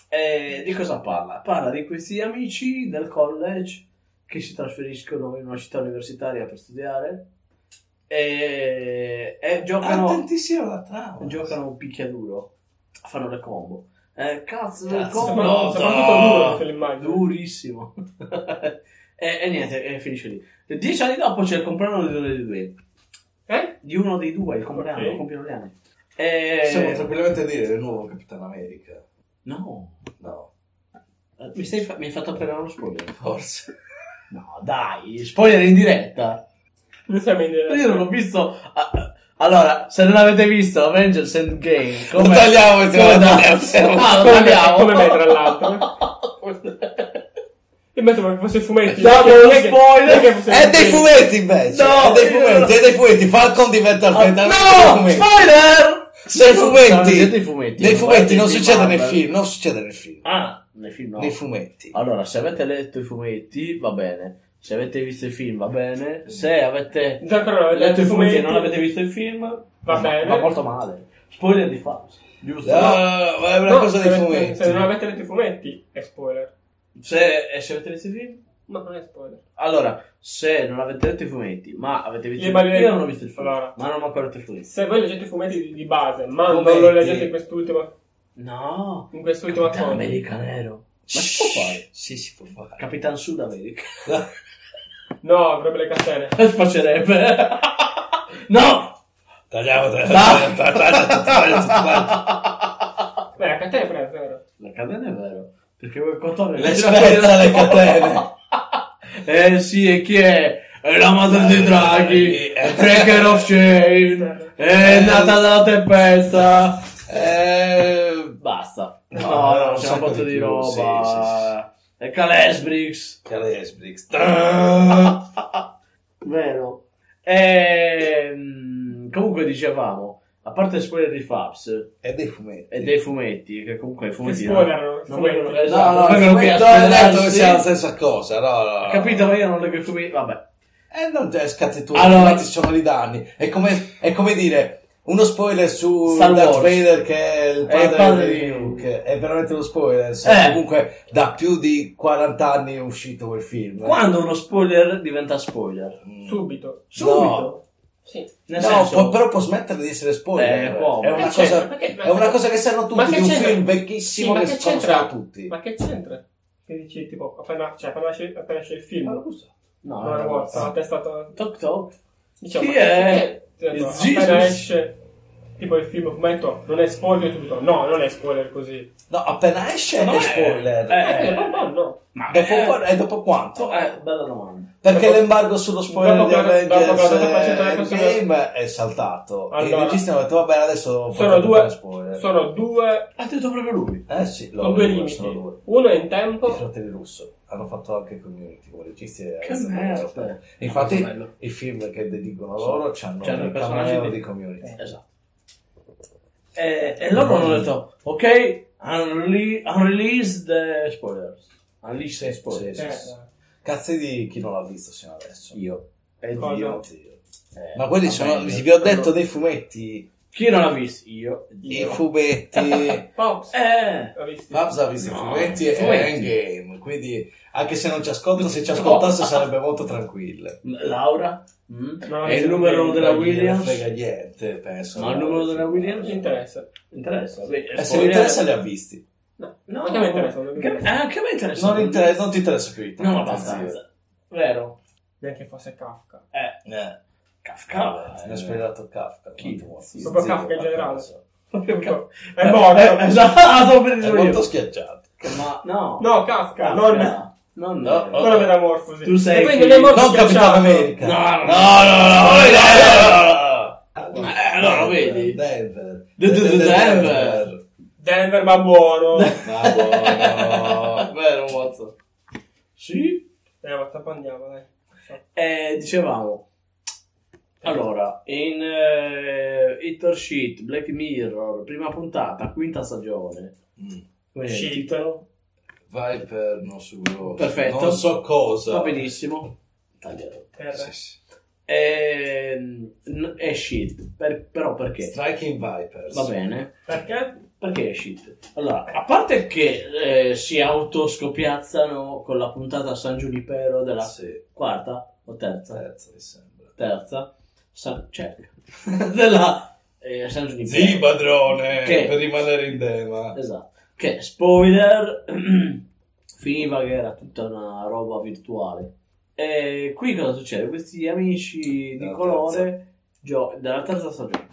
S3: E di cosa parla? Parla di questi amici del college che si trasferiscono in una città universitaria per studiare e, e giocano,
S4: Attentissimo alla trama.
S3: giocano un picchiaduro. Fanno le combo. Eh, cazzo, le
S4: Cazzo,
S3: combo!
S4: no,
S2: soprattutto duro quell'immagine.
S3: Durissimo. e, e niente, e finisce lì. Dieci anni dopo c'è il compleanno di uno dei due.
S2: Eh?
S3: Di uno dei due, il compleanno,
S2: Ok.
S3: il compleanno di anni. E...
S4: Eh, Possiamo tranquillamente dire il nuovo Capitano America.
S3: No,
S4: No,
S3: Eh, mi, stai fa- mi hai fatto appena uno spoiler.
S4: forse.
S3: No, dai, spoiler in diretta.
S2: Non siamo in diretta.
S3: Io non l'ho visto. ah, Allora, se non avete visto Avengers Endgame, come...
S4: Lo tagliamo,
S3: come
S4: siamo
S3: da-
S4: tagliati.
S3: Ah, lo
S2: Come-
S3: tagliamo.
S2: come me, tra l'altro. Io mi sembra che fosse i fumetti.
S3: Dai,
S2: Non è che-
S3: uno
S2: non è che
S3: spoiler.
S2: fosse
S4: È
S2: i
S4: dei fumetti invece! è
S3: No,
S4: dei
S3: io-
S4: fumetti, è dei fumetti! Falcon diventa il
S3: Ah,
S4: Capitano
S3: no,
S4: dei fumetti.
S3: spoiler!
S4: Nei fumetti!
S3: Nei fumetti,
S4: Nei fumetti non succede nel
S3: Marvel.
S4: film, non succede nel film.
S3: Ah, nei film no.
S4: Nei fumetti.
S3: Allora, se avete letto i fumetti, va bene. Se avete visto i film, va bene. Se avete
S2: Già però non avete
S3: letto i fumetti e non
S2: fumetti.
S3: avete visto i film,
S2: Va
S3: ma-
S2: bene.
S3: Va molto male. Spoiler di fatto. Giusto?
S4: No, è Ah, una
S2: No,
S4: cosa
S2: se
S4: dei
S2: avete-
S4: fumetti.
S2: Se non avete letto i fumetti, è spoiler.
S3: Se, e se avete visto i film?
S2: No, non è spoiler.
S3: Allora, se non avete letto i fumetti, ma avete visto
S2: Io
S3: i film,
S2: ballerei-
S3: io non ho visto il film,
S2: Allora.
S3: ma non ho ancora letto i film.
S2: Se voi leggete i fumetti di, di base, ma
S4: Fumetti.
S2: non lo leggete in quest'ultima,
S3: No,
S2: in quest'ultima
S3: Capitan
S2: cosa,
S3: America Nero. Ma si può fare?
S4: Sì, si può fare.
S3: Capitan Sud America.
S2: no, avrebbe le catene.
S3: Spacerebbe. no!
S4: Tagliamo,
S3: Dai.
S4: tagliamo, tagliamo, tagliamo, tagliamo, tagliamo, tagliamo.
S2: Beh, la catena è presa, vero?
S3: La catena è vero, perché vuoi contare
S4: Le spezza le catene.
S3: Eh sì, e chi è? È la madre
S4: Eh,
S3: dei draghi, è Breaker of Chain, è nata dalla tempesta.
S4: Eh,
S3: Basta.
S4: No,
S3: No, no,
S4: un
S3: c'è un
S4: sacco
S3: botto
S4: di
S3: di
S4: più,
S3: roba. È Calesbrix.
S4: Calesbrix.
S3: Vero. Ehm, comunque dicevamo, a parte spoiler di Fabs
S4: È dei fumetti.
S3: e dei fumetti, che comunque i
S2: Che
S3: fumetti...
S2: spoilerano.
S3: non vengono-
S2: fumetti.
S3: esatto,
S4: no, no,
S3: vengono qui a
S4: fumetto- no,
S3: spoilerarsi.
S4: ho detto che sia la stessa cosa, no, no, no.
S3: Capito? Ma io non leggo i fumetti, vabbè.
S4: Eh, non c'è scatti tu,
S3: Allora-
S4: allora... ci sono i danni. È come, è come dire, uno spoiler su
S3: Star
S4: Darth
S3: Wars.
S4: Vader che è il
S3: È il
S4: padre,
S3: padre
S4: di
S3: di
S4: Luke. È veramente uno spoiler, se
S3: Eh.
S4: comunque da più di 40 anni è uscito quel film.
S3: Quando uno spoiler diventa spoiler?
S4: Mm.
S2: Subito. Subito.
S1: Sì.
S3: Nel
S4: no,
S3: senso...
S4: può- però può smettere di essere spoiler.
S3: Eh, può.
S4: È
S1: Ma
S4: una
S1: che c'entra?
S2: certo,
S4: cosa...
S1: Perché- ma-
S4: È una cosa che sanno tutti,
S1: Ma
S4: di
S1: che
S4: un
S1: c'entra?
S4: film vecchissimo
S1: Sì, ma
S4: che,
S1: che
S4: conoscono
S1: c'entra?
S4: tutti.
S1: Ma che c'entra?
S2: Che dici, tipo, appena, cioè, appena, esce, appena esce il film,
S4: lo so.
S3: No,
S2: non è morta, la testa to-
S3: Toc toc.
S1: Diciamo,
S3: Chi
S1: ma
S3: è?
S1: perché-
S2: Cioè, no,
S3: It's
S2: appena
S3: Jesus.
S2: esce tipo il film fumetto non è spoiler subito no non è spoiler così
S4: No, appena esce
S3: No,
S4: è
S3: eh,
S4: spoiler.
S3: eh,
S2: eh, no no no
S3: Ma
S4: Dopo, qua- e dopo quanto?
S3: Eh, bella domanda.
S4: Perché
S2: dopo-
S4: l'embargo sullo spoiler
S2: dopo
S4: di
S2: che- dopo che
S4: Avengers
S2: hanno fatto facendo le cose-
S4: Endgame è saltato.
S2: Allora-
S4: e i registi hanno detto, vabbè, adesso
S2: sono
S4: potete fare
S2: due
S4: spoiler.
S2: sono due
S3: Ha detto proprio lui.
S4: Eh sì, loro
S2: sono due
S4: sono
S2: limiti
S4: due.
S2: uno è in
S4: I
S2: tempo
S4: fratelli russo hanno fatto anche community con registi e
S3: Che
S4: hanno fatto-
S3: merda.
S4: Infatti,
S3: Bello.
S4: i film che dedicono loro hanno
S3: C'hanno
S4: il
S3: i personaggi
S4: cameo
S3: Cioè, di-
S4: di community.
S3: Esatto. E, e loro hanno detto, ok, unle- unrelease the spoilers. Unleash the spoilers.
S4: Sì, sì,
S2: eh,
S4: sì. Cazzi di chi non l'ha visto sino adesso.
S3: Io. E
S2: Cosa?
S3: Dio.
S4: Dio.
S3: Eh,
S4: Ma quelli
S3: vabbè,
S4: sono.
S3: io-
S4: Vi ho detto dei fumetti.
S3: Chi non l'ha visto? Io.
S4: I
S3: Dio.
S4: fumetti.
S2: Pops
S3: Eh.
S2: l'ha visto
S4: Fabs ha visto
S3: No,
S4: i fumetti e
S3: fumetti.
S4: Endgame, quindi anche se non ci ascolta, se ci ascoltasse sarebbe molto tranquillo.
S3: Laura? Mm?
S2: Non l'ha
S3: E
S2: visto.
S3: il numero della
S4: Non gliene frega
S3: Williams?
S4: niente, penso.
S3: Ma il numero della Williams?
S2: ci interessa
S3: Interessa. Beh,
S4: Eh, se
S3: spoiler-
S4: mi interessa li ha visti.
S2: no
S3: No,
S2: anche a me interessa non mi
S3: Che- eh,
S2: interessa.
S3: anche a me interessa.
S4: Non, inter- non ti interessa più. di tanto,
S3: Non abbastanza. Vero.
S2: neanche fosse Kafka
S3: Eh.
S4: zio. Eh,
S3: Kafka.
S4: mi ha spoilerato Kafka.
S3: Chi?
S4: Quanto muore.
S2: Proprio
S4: Zio,
S2: Kafka in
S4: la
S2: generale.
S4: cosa.
S2: è morto
S3: Eh, esatto, ah, stavo per
S4: È
S3: dire
S4: molto
S3: io.
S4: schiacciato.
S3: Ma no.
S2: no Kafka
S3: non
S2: non
S3: Non
S4: No,
S3: no.
S4: no.
S2: non la metamorfosi
S3: Tu sei
S2: e poi
S3: chi?
S2: non è morto
S4: Non Capitano
S2: schiacciato.
S4: America.
S3: No, no, no,
S4: no.
S3: Eh, allora, vedi?
S4: Denver.
S3: The- the- the
S2: Denver ma buono
S4: Ma buono.
S3: Vero, Watson. Sì.
S2: eh WhatsApp andiamo dai
S3: Eh, dicevamo. Allora, in eh, Hit or Shit, Black Mirror, prima puntata, quinta stagione.
S4: Mm.
S3: Come è il
S2: Shit.
S3: titolo?
S4: Vai per non su grosso.
S3: Perfetto.
S4: Non so cosa.
S3: Va benissimo. Tagliato.
S2: Terra
S4: Sì, sì.
S3: Ehm, n- è shit, per- però perché?
S4: Striking Vipers.
S3: Va bene.
S2: perché?
S3: Perché è shit? Allora, a parte che eh, si autoscopiazzano con la puntata San Giunipero della
S4: Sì,
S3: quarta o terza?
S4: terza mi sembra.
S3: Terza, San... cerca, della eh, San Giunipero.
S4: Sì, padrone,
S3: Che?
S4: per rimanere in tema.
S3: Esatto. Che, spoiler, finiva che era tutta una roba virtuale. E qui cosa succede? Questi amici di
S4: Della
S3: colore gio- della terza stagione.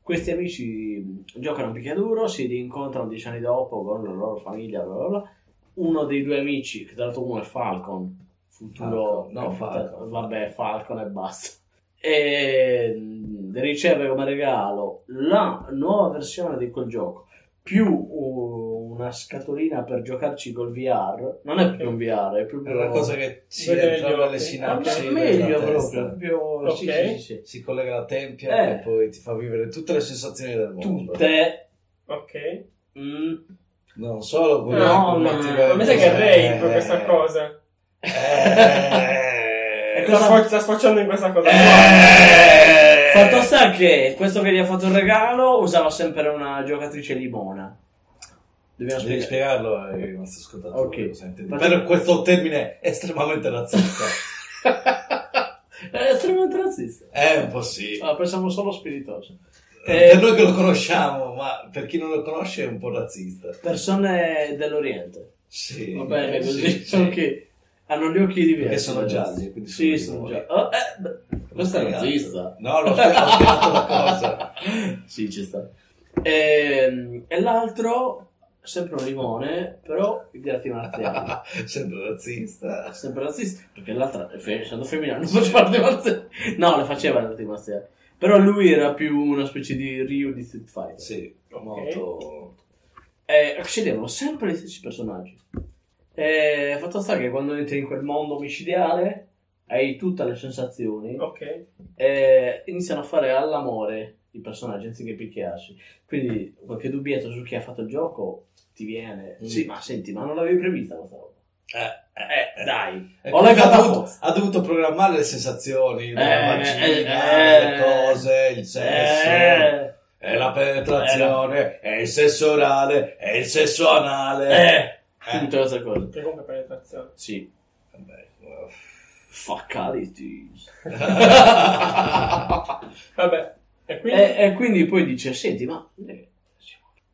S3: Questi amici mh, giocano a picchiaduro, si rincontrano dieci anni dopo con la loro famiglia, bla bla bla. Uno dei due amici, che tra l'altro uno è Falcon, futuro...
S4: Falcon, no,
S3: capitano-
S4: Falcon.
S3: Vabbè, Falcon e basta e mh, riceve come regalo la nuova versione di quel gioco più uh, una scatolina per giocarci col VR non è più un VR è
S4: È
S3: proprio
S4: una cosa che si
S2: Vede
S4: entra
S2: gli occhi.
S4: nelle sinapsi.
S3: è
S4: della
S3: eh, meglio
S4: testa.
S3: proprio, proprio- sì,
S2: Ok.
S3: sì, sì, sì.
S4: Si collega alla tempia
S3: Eh.
S4: e poi ti fa vivere tutte le sensazioni del mondo.
S3: tutte
S2: ok
S3: mm,
S4: Non solo quelle
S2: No,
S4: con
S3: no,
S4: particolari
S2: ma mi sa che è
S4: cose.
S2: Ray per questa cosa
S4: Eh.
S3: E
S2: Sta,
S3: cosa-
S2: sfo- sta sfociando in questa cosa
S4: Eh.
S3: fatto sta che questo che gli ha fatto il regalo usava sempre una giocatrice limona dobbiamo
S4: Devi
S3: spiegare
S4: spiegarlo ai nostri ascoltatori.
S3: Ok.
S4: cosa intendi.
S3: Parti-
S4: Per questo termine estremamente razzista.
S3: è estremamente razzista
S4: È un po' sì.
S3: Ah, pensavo solo spiritoso Eh.
S4: Per noi che lo conosciamo, ma per chi non lo conosce è un po' razzista.
S3: persone dell'Oriente
S4: Sì.
S3: Va bene
S4: Sì,
S3: così.
S4: sì.
S3: Ok. Hanno gli occhi diversi.
S4: Perché sono
S3: ragazzi.
S4: gialli, quindi
S3: Sì,
S4: sono
S3: sono
S4: di
S3: gialli. Oh, eh, beh, questo è
S4: Spiegato.
S3: razzista.
S4: No, l'ho spiegato, ho spiegato la cosa.
S3: sì, ci sta. Ehm, E, l'altro, sempre un limone, però di arti marziali.
S4: Sempre razzista.
S3: sempre razzista, perché l'altra, è fe- essendo femminile, non faceva arti marziali. No, le faceva le arti marziali. Però lui era più una specie di Ryu di Street Fighter.
S4: Sì,
S2: Ok.
S4: molto...
S3: Eh, sceglievano sempre gli stessi personaggi. Eh, fatto sta che quando entri in quel mondo omicidiale hai tutte le sensazioni
S2: ok
S3: eh, iniziano a fare all'amore i personaggi anziché picchiarsi. Quindi qualche dubbietto su chi ha fatto il gioco ti viene.
S4: Mm.
S3: Sì, ma senti, ma non l'avevi prevista questa roba? Eh, dai.
S4: E
S3: O
S4: quindi
S3: l'hai
S4: ha,
S3: fatta
S4: dovuto,
S3: apposta?
S4: ha dovuto programmare le sensazioni,
S3: Eh,
S4: la vagina,
S3: eh,
S4: le cose, il sesso,
S3: Eh,
S4: e la penetrazione, e il sesso orale, e il sesso anale.
S3: eh, tutte queste cose.
S2: Che comunque penetrazione.
S3: Sì.
S4: Vabbè,
S3: Facalities.
S2: Vabbè, e quindi...
S3: E, e quindi poi dice: Senti, ma eh,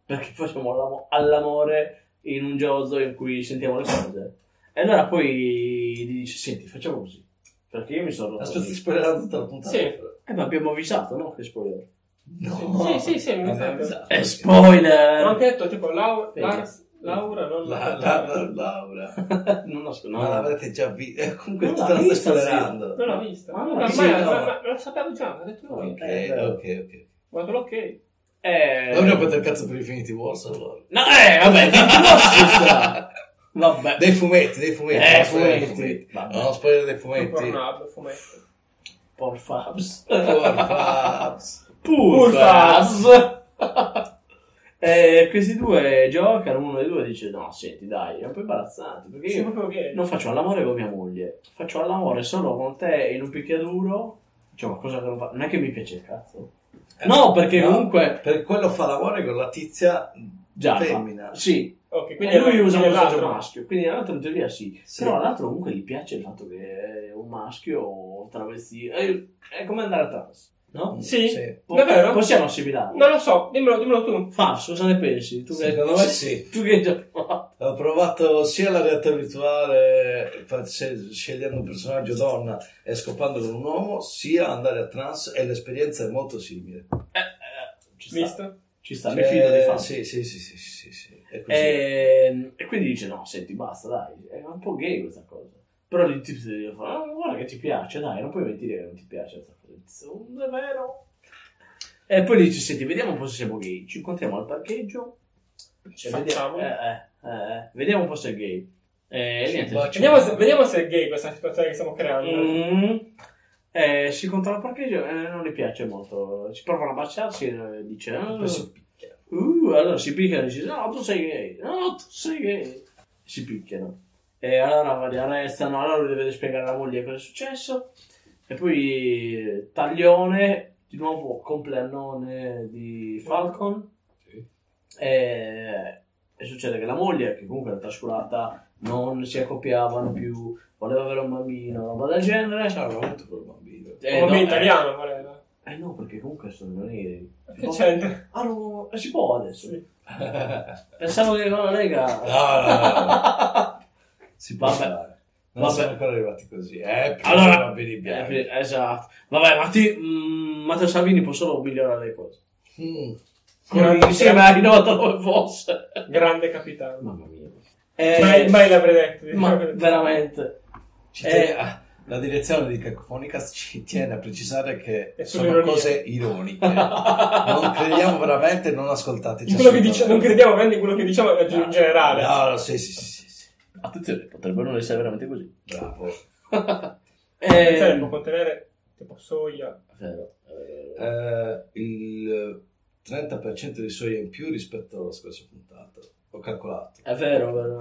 S3: perché facciamo all'amo- all'amore in un giorno in cui sentiamo le cose? E allora poi gli dice: Senti, facciamo così. Perché io mi sono rotto.
S4: Aspetta, ti
S3: così."
S4: spoilerò tutta la puntata.
S2: Sì.
S3: Eh, ma abbiamo avvisato, no? Che spoiler.
S4: No.
S2: Sì, sì, sì, mi
S4: Non è
S2: sa che-
S4: avvisato.
S3: Eh, spoiler!
S2: Ho anche detto tipo Lau-
S3: Vedi.
S2: Lars- Laura, non
S4: La, la, la, Laura.
S3: non lo so, no.
S4: Ma l'avrete già visto. Eh, comunque
S3: Non
S4: tu
S3: l'ha
S4: te la stai
S3: vista, sì.
S4: spoilerando.
S2: Non l'ho vista.
S3: Ma no,
S2: Ormai-
S3: sì, no.
S2: ma- ma- ma lo sapevo già, l'ho detto lui.
S4: Ok,
S3: Eh,
S4: ok, ok.
S2: Guarda l'ok.
S3: Eh...
S4: Dobbiamo prendere il cazzo per Infinity Wars allora.
S3: No, eh, vabbè, tanto no, scusa. Vabbè.
S4: Dei fumetti, dei fumetti.
S3: Eh,
S4: non spoiler dei
S3: fumetti. Vabbè.
S4: No, spoiler dei fumetti.
S2: Pornhub, fumetto.
S3: Por Fabs.
S4: Porfa.
S3: Pur
S2: Fabs.
S3: Fabs. Eh, questi due giocano, uno dei due dice no, senti dai, è un po' imbarazzante perché
S2: Sì,
S3: io
S2: proprio gay.
S3: non faccio l'amore con mia moglie, faccio l'amore solo con te in un picchiaduro, cioè ma cosa che non fa, non è che mi piace il cazzo.
S2: Eh,
S3: No, perché
S4: No.
S3: comunque
S4: Per quello fa l'amore con la tizia
S3: già
S4: femmina.
S3: Sì,
S2: Ok,
S3: Quindi
S2: Eh, quindi
S3: lui usa un
S2: l'altro.
S3: messaggio maschio, quindi l'altro in teoria sì.
S4: Sì.
S3: Però l'altro comunque gli piace il fatto che è un maschio o travestito. È, è come andare trans, no?
S2: Sì.
S4: Mm, Sì.
S3: Po-
S2: Davvero?
S3: Possiamo assimilarlo.
S2: Non lo so, dimmelo, dimmelo tu.
S3: Fabs, cosa ne pensi? Tu che,
S4: Secondo me sì.
S3: tu che hai già fatto.
S4: Ho provato sia la realtà virtuale fa- se- scegliendo un personaggio donna e scopando con un uomo, sia andare a trans e l'esperienza è molto simile.
S3: Eh, eh, ci sta,
S2: Visto?
S3: ci sta, mi
S4: Cioè,
S3: fido di Eh, Fabs.
S4: Sì, sì, sì, sì, sì, sì. È così.
S3: E, Ehm, e quindi dice no, senti, basta, dai, è un po' gay questa cosa. Però il tizio ti dice, ah, guarda che ti piace, dai, non puoi mentire che non ti piace questa cosa. Il tizio, "Mm, è vero. E poi dice, senti, vediamo un po' se siamo gay, ci incontriamo al parcheggio, Cioè, vediamo,
S2: Facciamo.
S3: eh, eh, eh, eh, vediamo un po' se è gay. E
S4: Ci
S3: niente,
S4: baciamo.
S2: Vediamo se, vediamo se è gay questa situazione che stiamo creando.
S3: Mm. Eh, si incontrano al parcheggio e eh, non le piace molto. Si provano a baciarsi e dice: "Ah,
S4: Poi si picchiano.
S3: Uh, allora si picchiano e dice: No, tu sei gay, no, tu sei gay. Si picchiano. E allora li arrestano, allora lui deve spiegare alla moglie cosa è successo. E poi eh, taglione, di nuovo compleannone di Falcon.
S4: Sì.
S3: E, e succede che la moglie, che comunque era trascurata, non si accoppiavano più, voleva avere un bambino, roba del genere.
S4: Ciao, l'ho avuto quel bambino.
S3: Eh,
S2: Un bambino
S3: no,
S2: italiano, voleva.
S3: Eh, eh no, perché comunque sono neri.
S2: Che c'entra?
S3: Ah no, si può adesso.
S2: Sì.
S3: Pensavo che con la Lega...
S4: No, no, no, no. Si può
S3: Vabbè.
S4: fare. Non
S3: Vabbè.
S4: siamo ancora arrivati così. Eh,
S3: Allora-
S4: allora, bambini
S3: Eh,
S4: bianchi.
S3: per- esatto. Vabbè, ma ti, mm, Matteo Salvini può solo migliorare le cose.
S4: Mm.
S3: Con- Insieme a Rinota come fosse.
S2: Grande capitano.
S3: Mamma mia.
S2: Mai,
S3: Eh,
S2: mai l'avrei detto.
S3: ma
S2: diciamo che-
S3: veramente.
S4: Ci
S3: Eh.
S4: tiene a- la direzione di Cacophonicast ci tiene a precisare che
S2: È solo
S4: sono
S2: ironia.
S4: cose
S3: Eh,
S4: ironiche. non crediamo veramente, non ascoltateci.
S2: In quello che dice- non
S4: assolutamente.
S2: crediamo veramente in quello che diciamo in in generale.
S4: No, no, sì, sì, sì, sì, sì.
S3: Attenzione, potrebbero non essere veramente così.
S4: Bravo.
S3: Eh,
S2: Cioè, può contenere tipo soia.
S3: vero. Eh,
S4: Eh, il 30% di soia in più rispetto alla scorsa puntata. Ho calcolato.
S2: Eh,
S3: È vero, vero.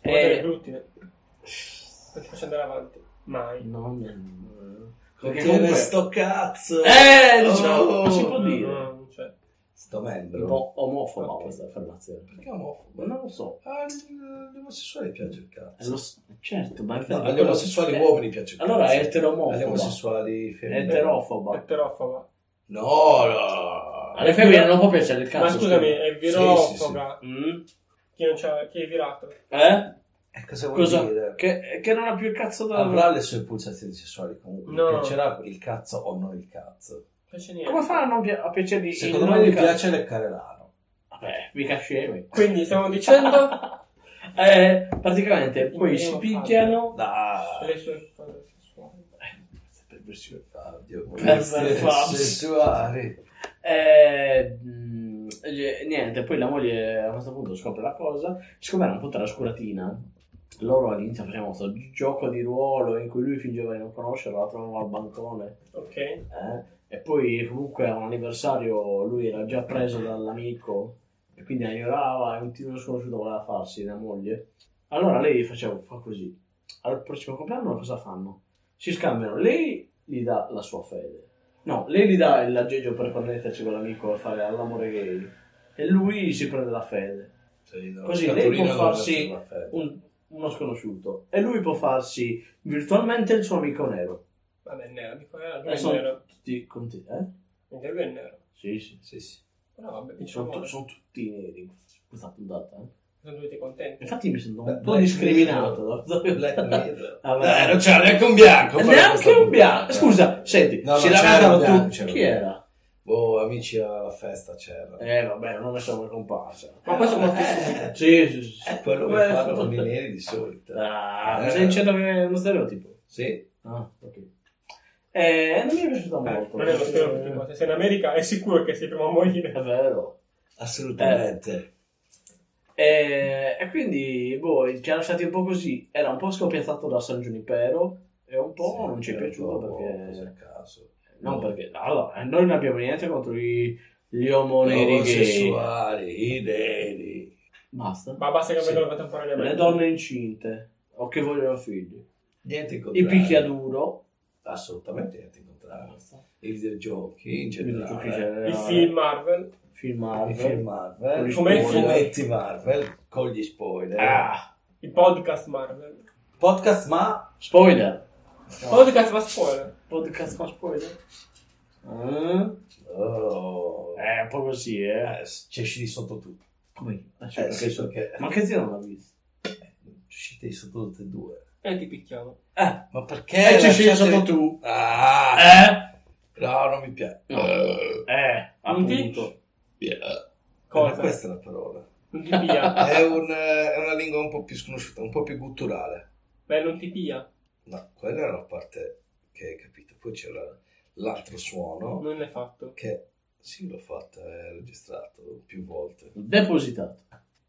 S2: Può avere
S3: Eh,
S2: glutine. Non ti faccio andare avanti. Mai.
S3: no, no, no.
S4: Perché
S3: Perché comunque-
S4: sto cazzo?
S3: Eh, diciamo,
S4: Oh,
S3: non si può
S2: No,
S3: dire.
S2: no, Cioè, non c'è.
S4: Sto
S3: Un
S4: membro.
S3: po' omofoba
S2: Ok.
S3: questa affermazione.
S4: Perché è omofobo?
S3: Ma non lo so.
S4: Ah, gli omosessuali piace il
S3: Eh,
S4: cazzo.
S3: lo s- certo, ma infatti-
S4: No, agli omosessuali
S3: Eh,
S4: uomini eh. piace il cazzo.
S3: Allora è
S4: Agli
S3: eteromofoba.
S4: omosessuali
S3: È
S4: femmine.
S2: Eh.
S3: eterofoba.
S2: Eterofoba.
S4: No, no.
S3: Alle femmine non può piacere il
S2: Ma
S3: cazzo.
S2: scusami,
S3: scusa.
S2: è
S4: Sì, sì,
S2: virofoba.
S3: Mm?
S2: Chi, non c'ha, chi è virato?
S3: Eh?
S4: E cosa vuol
S3: Cosa?
S4: dire?
S3: Che, che non ha più il cazzo da
S4: Avrà le sue pulsazioni sessuali comunque.
S2: No.
S4: Gli Piacerà il cazzo o non il cazzo.
S2: Non c'è niente.
S3: Come fa a non pia- a piacergli?
S4: Secondo
S3: il
S4: me
S3: non
S4: gli
S3: cazzo?
S4: piace leccare l'ano.
S3: Vabbè, mica scemi.
S2: Quindi stiamo dicendo
S3: Eh, praticamente poi
S2: Io
S3: si
S2: lo
S3: picchiano.
S4: Dai.
S2: le sue cose sessuali.
S4: Perversione Fabio.
S3: Perversione
S4: Perversione
S3: Fabio.
S4: sessuali.
S3: Eh, mm, eh, niente, poi la moglie a un certo punto scopre la cosa, siccome era un po' trascuratina, loro all'inizio facevano questo gioco di ruolo in cui lui fingeva di non conoscerla, la trovano al bancone
S2: Ok.
S3: eh, E poi comunque a un anniversario lui era già preso dall'amico e quindi ignorava e un tiro sconosciuto voleva farsi da moglie. Allora lei faceva fa così. Al prossimo compleanno cosa fanno? Si scambiano. Lei gli dà la sua fede. No, lei gli dà l'aggeggio per connettersi con l'amico a fare all'amore gay. E lui si prende la fede.
S4: Cioè,
S3: Così lei può farsi un- uno sconosciuto. E lui può farsi virtualmente il suo amico nero.
S2: Vabbè, è nero, dico, eh, lui
S3: E
S2: è
S3: sono
S2: nero.
S3: tutti con te, eh?
S2: Anche lui è nero.
S3: Sì, sì.
S4: Sì, sì.
S2: Però vabbè,
S3: Sono,
S2: diciamo,
S3: tu- sono tutti neri in questa puntata. eh.
S2: sono tutti contenti.
S3: Infatti mi sento un
S4: Beh,
S3: po'
S4: Black
S3: discriminato. da- da-
S4: Black Mirror.
S3: Ah, vabbè.
S4: Eh, non c'era neanche un bianco.
S3: E
S4: però,
S3: neanche
S4: questa
S3: un bianco.
S4: puntata.
S3: Scusa, senti,
S4: No, no,
S3: si
S4: c'era
S3: lamentano
S4: un bianco,
S3: tutti.
S4: c'era un
S3: Chi
S4: bianco.
S3: era?
S4: Boh, amici alla festa c'era.
S3: Eh, vabbè, non ne sono comparsa.
S2: Ma questo sono tutti
S4: Eh,
S3: Sì, sì, sì.
S4: è quello che
S3: Beh,
S4: fanno con i neri di solito.
S3: Ah,
S4: Eh.
S3: mi stai dicendo che è uno stereotipo?
S4: Sì.
S3: Ah, ok. Eh, non mi è piaciuto
S2: Eh,
S3: molto.
S2: non è lo stereotipo. Se sei in America è sicuro che sei prima a morire.
S3: È vero. Eh,
S4: Assolutamente.
S3: E, e quindi, boh, ci ha lasciati un po' così. Era un po' scopiazzato da San Giunipero e un po'
S4: Sì,
S3: non ci è
S4: era
S3: piaciuto
S4: un po' cose a
S3: perché...
S4: caso.
S3: Non perché... Allora, noi non abbiamo niente contro i, gli omo neri gay.
S4: Omosessuali, i neri.
S3: Basta.
S2: Ma basta che
S3: Sì.
S2: vengono contemporaneamente.
S3: Le donne incinte o che vogliono figli.
S4: Niente in
S3: I
S4: contrario.
S3: picchiaduro.
S4: Assolutamente niente in contrario. I videogiochi in
S3: videogiochi
S4: generale.
S2: I
S3: generali,
S2: film Marvel.
S3: film
S4: I
S3: Marvel.
S4: film Marvel. I
S3: Con gli
S4: fumetti,
S2: spoiler.
S4: fumetti Marvel con gli spoiler.
S3: Ah,
S2: I podcast Marvel.
S4: Podcast ma...
S3: spoiler.
S2: Podcast ma spoiler.
S3: Podcast con spoiler. Ah,
S4: Oh.
S3: Eh, un po' così, eh.
S4: Eh, c'è usciti sotto tutto.
S3: Come? Ah, sì,
S4: Eh,
S3: perché
S4: sì,
S3: so-
S4: perché
S3: Ma che zio non l'ha visto?
S4: uscite sotto tutte e due.
S2: E ti picchiamo.
S3: Eh,
S4: Ma
S3: eh,
S4: perché?
S3: ci sei
S4: lasciate-
S3: stato tu.
S4: Ah,
S3: Eh?
S4: no, non mi piace.
S3: No. Eh, appunto.
S4: Cosa?
S3: Eh,
S2: Cosa?
S4: Eh, Questa è la parola.
S2: Non ti pia.
S4: È, un, eh, è una lingua un po' più sconosciuta, un po' più gutturale.
S2: Beh, non ti pia.
S4: No, quella era la parte che hai capito. Poi c'era l'altro suono
S2: Non l'hai fatto.
S4: che sì, l'ho fatta, è registrato più volte.
S3: Depositato.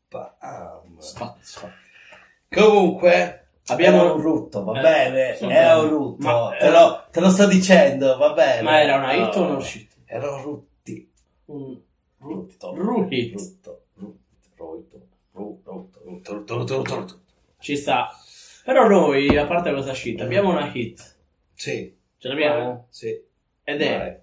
S4: Bam.
S3: Spazio.
S4: Comunque,
S3: Abbiamo-
S4: era un rutto, va
S3: Eh,
S4: bene,
S3: sì,
S4: è
S3: ma-
S4: un rutto.
S3: ma-
S4: te, lo, te lo sto dicendo, va bene.
S3: Ma era una hit o
S4: No.
S3: una uscita?
S4: Era un rutti.
S3: Un
S4: Rutto.
S3: Ruhit.
S4: Rutto. Rutto. Rutto. Rutto. Rutto. Rutto. Rutto. Rutto.
S3: Ci sta. Però noi, a parte questa shit, abbiamo una hit.
S4: Sì,
S3: Ce
S2: Eh.
S3: l'abbiamo?
S4: sì.
S3: Ed è...
S4: Vai.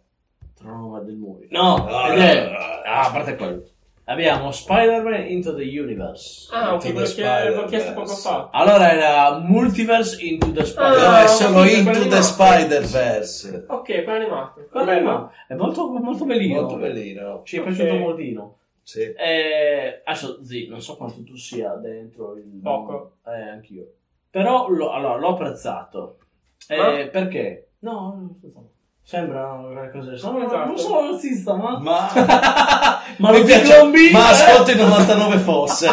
S3: Trova del muro. No,
S4: Ah,
S3: ed è...
S4: ah,
S3: Ah, a parte quello. Abbiamo Spider-Man Into the Universe.
S2: Ah,
S4: Into
S2: ok,
S4: the
S2: quello che avevo
S4: Spider-Verse.
S2: chiesto poco fa.
S3: Allora era Multiverse Into the
S4: No,
S3: Spider-Verse.
S2: Ah,
S4: è solo
S2: ho capito,
S4: Into
S2: quello
S4: the
S2: di
S4: Spider-Verse.
S2: Ok, quello animato.
S3: Guarda,
S2: Bello.
S3: ma è molto, molto bellino.
S4: Molto bellino.
S3: Ci è
S2: Ok.
S3: piaciuto moltino.
S4: Sì.
S3: Eh, adesso, zi, non so quanto tu sia dentro il...
S2: Poco.
S3: Eh, anch'io. Però l'ho, allora, l'ho apprezzato. Eh, Perché? No, non so. Sembra una cosa... Sono,
S2: Esatto.
S3: non sono razzista, ma...
S4: Ma...
S3: ma
S4: Mi
S3: lo
S4: piace-
S3: dico
S4: Ma ascolta i 99 fosse.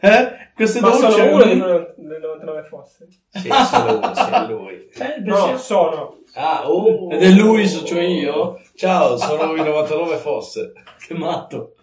S3: eh? Questo
S2: Ma
S3: dolce...
S2: sono uno del- del 99 fosse.
S4: Sì, solo uno, sì, lui.
S3: Eh, beh,
S2: No,
S3: sì.
S2: sono.
S4: Ah, oh.
S3: Ed è Luis, cioè io?
S4: Ciao, sono i 99 fosse.
S3: Che matto.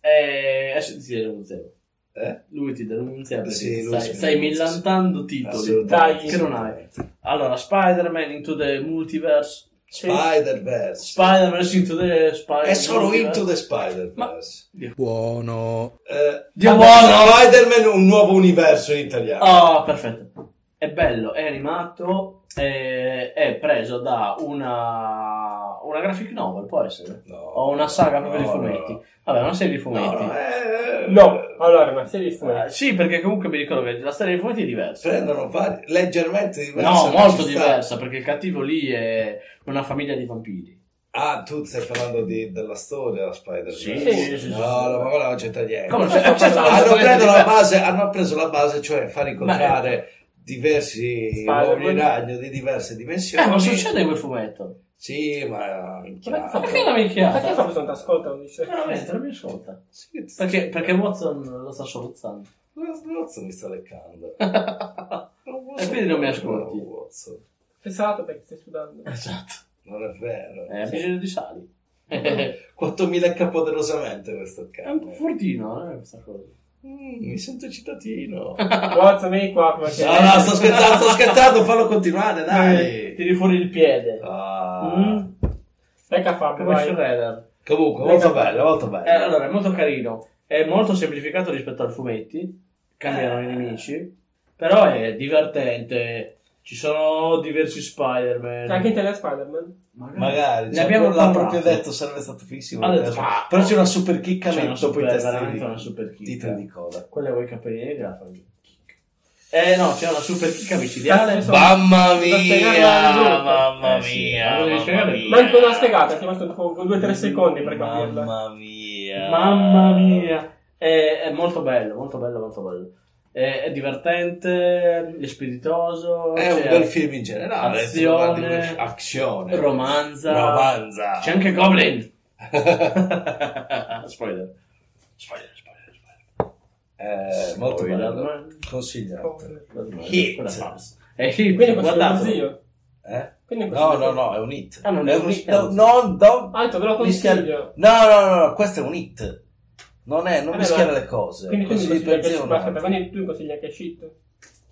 S3: Eh, adesso ti devo un zero.
S4: Eh?
S3: Lui ti denunzia perché
S4: Sì,
S3: ti
S4: lui
S3: stai,
S4: si
S3: stai
S4: denunzia,
S3: millantando titoli.
S4: Assolutamente.
S2: Dai,
S3: che non hai. Allora, Spider-Man Into the Multiverse.
S4: Spider-Verse.
S3: Spider-Verse Into the Spider-Man.
S4: È solo Into the Spider-Verse.
S5: Buono.
S4: Eh,
S3: Dio
S4: vabbè,
S3: buono.
S4: Spider-Man un nuovo universo in italiano.
S3: Oh, perfetto. È bello, è animato, è, è preso da una, una graphic novel, può essere.
S4: No.
S3: O una saga
S4: No,
S3: proprio di
S4: no,
S3: fumetti. Vabbè, una serie
S4: No,
S3: di fumetti.
S4: no, eh,
S2: No, allora, ma sei visto?
S3: Eh, sì, perché comunque mi ricordo che la storia dei fumetti è diversa.
S4: Prendono vari- leggermente diverse.
S3: No,
S4: ma
S3: molto
S4: ci sta.
S3: diversa, perché il cattivo lì è una famiglia di vampiri.
S4: Ah, tu stai parlando di- della storia della Spider-Man.
S3: Sì,
S2: sì, sì,
S3: sì,
S4: no,
S3: sì.
S4: no, ma quella non c'entra niente.
S3: Come
S2: c'è
S3: c'è
S2: stato-
S4: hanno, preso la
S3: base
S4: base, hanno preso la base, cioè far incontrare diversi
S2: Spider-Man.
S4: uomini ragno di diverse dimensioni.
S3: eh, Eh, ma succede in quel fumetto?
S4: Sì, ma minchia.
S2: Ma
S3: Perché la minchiata?
S2: Perché fa questo ascolta? Non dice.
S3: Veramente, non mi ascolta.
S4: Sì, ti-
S3: Perché, perché Watson lo sta soluzzando.
S4: Lo sbrozzo mi sta leccando. Non posso
S3: Eh, E quindi non mi
S4: fare
S3: ascolti.
S4: lo sbrozzo.
S2: Pesato perché stai sudando.
S3: Esatto.
S4: Non è vero.
S3: Eh, ha bisogno di sali.
S4: Sì.
S3: è
S4: 4.000 capoderosamente questo
S3: un po'
S4: cane.
S3: fortino, eh, questa cosa.
S4: Mm, mi sento cittadino.
S2: Watson, vieni qua perché...
S4: No, no, sto scherzando, sto scherzando, fallo continuare,
S3: Dai,
S4: dai.
S3: tiri fuori il piede.
S4: Ah.
S3: Eh. Mm.
S2: Ecco Fabio,
S3: Come
S2: vai.
S3: Shredder.
S4: Comunque, molto bello, molto bello.
S3: Eh, allora, è molto carino. È molto semplificato rispetto ai fumetti. Cambiano i nemici. Però è divertente. Ci sono diversi Spider-Man.
S2: C'è Cioè, anche in tele Spider-Man.
S3: Magari.
S4: Magari,
S3: Ne
S4: cioè,
S3: abbiamo
S4: l'ha
S3: parlato.
S4: proprio detto, sarebbe stato fighissimo.
S3: Ha detto,
S4: Adesso-
S3: "Ah,
S4: però c'è una super chicca
S3: C'è una
S4: metto poi
S3: super-
S4: testa
S3: veramente
S4: di-
S3: una super chicca.
S4: titoli di coda.
S3: Quella vuoi capire e la fai. Eh no, c'è una super chicca micidiale.
S2: Cazzo,
S4: Mamma
S2: da spiegarla al gruppo.
S4: mamma
S3: Eh sì, ma lo devi spiegare.
S2: Ma anche una spiegata, ti è rimasto tipo 2-3 secondi per capirla.
S4: Mm, Mamma mia.
S3: Mamma mia, Eh, è, è molto bello, molto bello, molto bello. È, è divertente, è spiritoso,
S4: È un
S3: c'è
S4: bel film in generale.
S3: Cioè, azione,
S4: insomma, di- azione,
S3: romanza,
S4: romanza.
S3: c'è anche Goblin. spoiler. Spoiler, spoiler, spoiler.
S4: Eh, molto
S3: Spoiler,
S4: bello.
S3: man.
S4: Consigliato.
S3: Hit.
S4: Hit.
S3: È hit,
S2: Quindi questo è uno
S3: guardate.
S2: zio.
S4: Eh?
S2: Quindi questo
S4: No,
S2: è-
S4: no, no, è un hit.
S3: Ah, non
S4: è
S3: lo
S4: un hit.
S3: conosciamo.
S4: No, non- non-
S2: Ah, ecco, ve lo
S4: Mischia-
S2: consiglio.
S4: No, no, no, no, questo è un hit. Non è, non
S2: Eh,
S4: mischiare
S2: beh.
S4: le cose.
S2: Quindi tu mi
S4: Consigli
S2: consigli anche
S4: pensiero un
S2: shit, aspetta,
S4: altro.
S2: quindi tu mi consigli anche shit.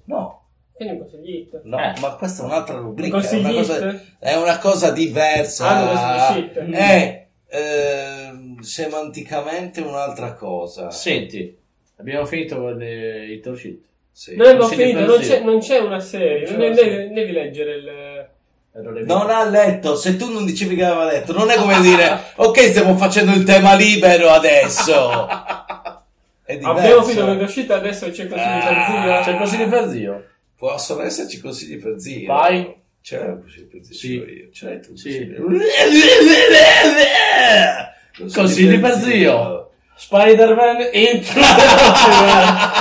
S4: No,
S2: Quindi mi consigli hit.
S4: no,
S3: Eh.
S4: ma questa è un'altra
S2: Mi
S4: rubrica. È
S2: consigli
S4: una cosa,
S2: hit?
S4: è una cosa diversa.
S2: Ah, non consigli Mm. shit.
S4: È ehm, semanticamente un'altra cosa.
S3: Senti, abbiamo finito con eh, il torcito.
S4: Sì.
S2: Non abbiamo
S3: Consigli
S2: finito,
S3: per
S2: non
S3: zio.
S2: c'è, non c'è una serie,
S3: Non c'è
S2: non
S3: una
S2: devi,
S3: serie.
S2: devi leggere il...
S4: Non ha letto, se tu non dicevi che aveva letto, non è come dire ok, stiamo facendo il tema libero adesso. È diverso.
S2: Abbiamo finito con uscita, adesso c'è così eh.
S4: Ah.
S2: per
S3: C'è il consiglio per zio?
S4: Possono esserci consigli per zio.
S3: Vai.
S4: C'è un consiglio per zio.
S3: Sì.
S4: Io. Ce l'hai tu.
S3: Sì.
S4: Consigli,
S3: Consigli per zio. Spider-Man intro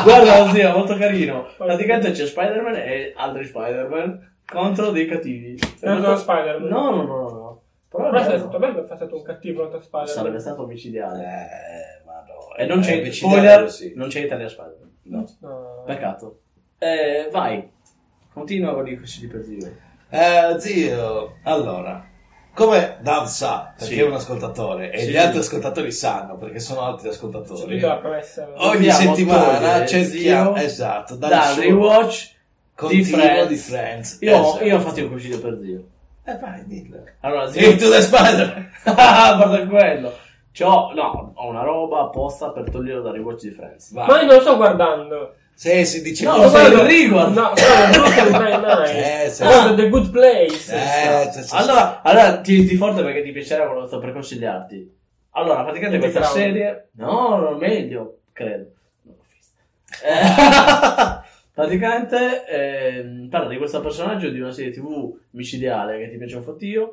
S3: Guarda lo zio, molto carino. Praticamente c'è Spider-Man e altri Spider-Man contro dei cattivi.
S2: Contro Spider-Man.
S3: No, no, no, no. Però
S2: Però
S3: è
S2: è
S3: bello.
S2: stato bello, è stato un cattivo contro
S3: sarebbe
S2: Spider-Man.
S3: stato omicidiale.
S4: Eh, ma no.
S3: E non
S4: è
S3: c'è
S4: vicino
S3: spoiler,
S4: così.
S3: non c'è Italia Spider-Man.
S4: No.
S2: No.
S3: Peccato. Eh, vai. Continua con i consigli per zio.
S4: Eh, zio, allora, come Dav sa, perché
S3: Sì.
S4: è un ascoltatore, e
S3: Sì.
S4: gli altri ascoltatori sanno, perché sono altri
S2: Sì,
S4: ascoltatori,
S2: tutta la promessa.
S3: Oh,
S4: ogni
S3: Dobbiamo
S4: settimana
S3: togliere,
S4: cerchiamo,
S3: zio,
S4: esatto, dal,
S3: Dal
S4: suo
S3: rewatch di
S4: continuo
S3: Friends.
S4: di Friends.
S3: Io,
S4: Esatto.
S3: io ho fatto un consiglio per zio.
S4: Eh, vai, dillo.
S3: Allora, zio,
S4: Into the spider!
S3: Ah, guarda quello. C'ho, no, ho una roba apposta per toglierlo da Rewatch di Friends.
S4: Vai.
S2: Ma io non lo sto guardando.
S4: Sì, si dice...
S3: No,
S2: Sto
S3: lo
S2: guardando-
S3: fai il riguardo.
S2: No, guarda, non lo mai mai.
S4: Eh, sì.
S2: Sto guardando The Good Place.
S4: Eh, sì, sì, sì.
S3: Allora, allora ti forte perché ti piacerà quello che sto per consigliarti. Allora, praticamente
S2: Quindi
S3: questa
S2: Crown.
S3: serie... No, no, meglio, credo. Non l'ho vista. Eh, praticamente ehm, parla di questo personaggio di una serie tv micidiale che ti piace un fottio,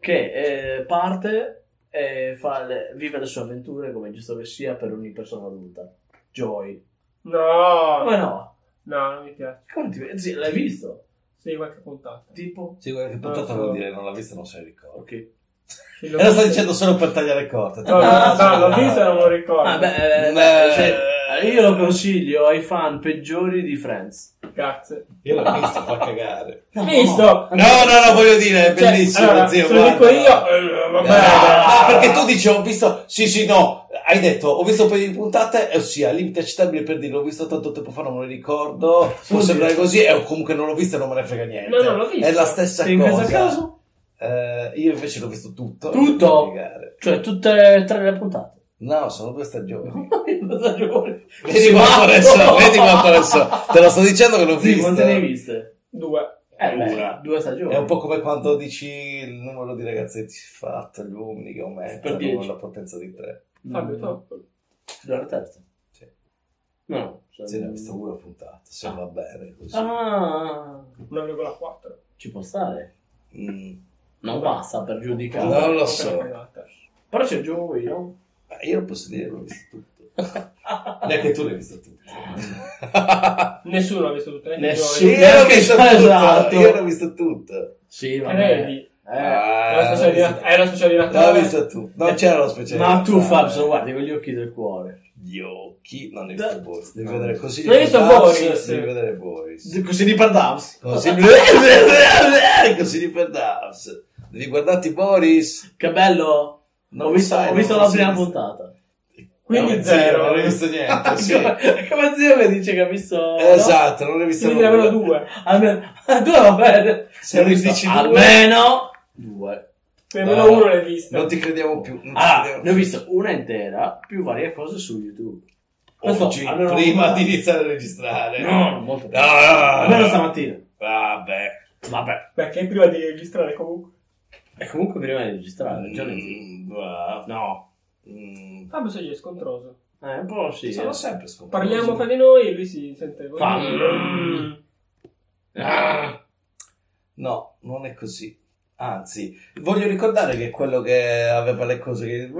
S3: che eh, parte e fa le- vive le sue avventure come giusto che sia per ogni persona adulta. Joy.
S2: No.
S3: Come no?
S2: No, non mi piace.
S3: Come ti- zio, l'hai visto?
S2: Sì, qualche puntata.
S3: Tipo?
S4: Sì, guarda che puntata vuol dire, non l'ha vista, non se ne ricorda.
S3: Ok.
S2: Sì, l'ho
S4: E lo sto
S2: visto.
S4: dicendo solo per tagliare corte.
S2: No, no, no, l'ho visto e non lo ricordo.
S3: Ah, beh, eh,
S4: Beh.
S3: se- io lo consiglio ai fan peggiori di Friends.
S2: Grazie.
S4: Io l'ho vista, fa cagare.
S2: Visto?
S4: No, no, no, voglio dire, è
S2: Cioè,
S4: bellissimo,
S2: allora,
S4: zio.
S2: se lo dico
S4: guarda.
S2: io, eh, vabbè.
S4: Ah, ah, perché tu dici ho visto. Sì, sì, no. Hai detto ho visto un paio di puntate, eh, ossia limite accettabile per dire l'ho visto tanto tempo fa, non me lo ricordo. Può sembrare così, e comunque non l'ho visto e non me ne frega niente.
S2: No, no, l'ho visto.
S4: È la stessa
S3: E in
S4: cosa.
S3: questo caso?
S4: Eh, io invece l'ho visto tutto.
S3: Tutto?
S4: non mi fregare.
S3: Cioè, tutte e tre le puntate.
S4: No, sono due stagioni. Vedi
S3: Vedi
S4: quanto adesso, vedi quanto adesso. Te lo sto dicendo che l'ho
S3: Sì,
S4: visto.
S3: quante ne hai viste?
S2: Due.
S3: Eh, beh,
S4: Una.
S3: due stagioni.
S4: È un po' come quando dici il numero di ragazzetti fatto, gli uomini che aumentano
S3: Per dieci.
S4: la potenza di tre.
S2: Fabio, tu?
S3: Due alla terza.
S4: Sì.
S3: No.
S4: Sì, ne ho visto una puntata, se va bene così.
S3: Ah,
S2: 1,4.
S3: ci può stare.
S4: Mm,
S3: Non basta per giudicare.
S4: No. Non lo so.
S3: Però c'è Joey, no?
S4: ma io non posso dire, l'ho visto tutto. Neanche tu l'hai visto tutto.
S2: Nessuno l'ha visto tutto. neanche
S3: Nessuno.
S2: Giovanni.
S4: io l'ho visto
S3: Esatto.
S4: tutto, io l'ho visto tutto.
S3: Sì, va bene.
S2: Credi?
S3: Eh,
S2: È una
S4: Ah,
S2: specie di
S4: l'ho visto-
S2: Nat- è una specie di
S4: L'ho
S2: Natale.
S4: visto tutto. Non c'era lo speciale. Ah,
S3: ma tu,
S4: eh.
S3: Fabio, guardi con gli occhi del cuore.
S4: Gli occhi, non hai
S3: Da-
S4: visto Boris. Devi
S3: No.
S4: vedere così.
S2: Non hai visto Boris?
S4: Devi vedere Boris.
S3: Così per Davs.
S4: Così Consigli per Davs. Devi guardarti Boris.
S3: Che bello!
S4: Non
S3: ho
S4: lo
S3: visto,
S4: sai,
S3: ho
S4: non
S3: visto
S4: lo
S3: la
S4: sai.
S3: prima puntata.
S2: Quindi
S4: No,
S2: zero.
S3: eh.
S4: Non hai visto niente, Ah, sì.
S3: Come- Come zio mi dice che ha visto...
S4: Esatto, non hai visto
S2: Quindi ne avrò
S4: nulla.
S2: due.
S3: Almeno... ah, Due va bene.
S4: Se non
S3: Ne ho
S4: dici
S3: visto
S4: due-
S3: Almeno... Due.
S2: Nemmeno
S4: No.
S2: uno l'hai visto.
S4: Non ti crediamo più. Non ti
S3: Ah,
S4: crediamo
S3: ne ho visto una intera, più varie cose su YouTube. questo-
S4: Oggi,
S3: allora-
S4: prima di iniziare a registrare.
S3: No, molto
S4: No,
S3: bene.
S4: no, no,
S3: Almeno
S4: no.
S3: stamattina.
S4: Vabbè.
S3: Vabbè.
S2: Perché prima di registrare comunque.
S3: E comunque prima di registrare, già ne-
S4: Mm, va.
S3: No.
S4: Mm.
S2: Ah, ma sei scontroso.
S3: Eh, un po' sì.
S4: Sono
S3: eh.
S4: sempre scomposto.
S2: Parliamo fra di noi e lui si sente.
S3: Fa-
S2: Mm.
S3: Ah.
S4: No, non è così. Anzi, voglio ricordare che quello che aveva le cose che...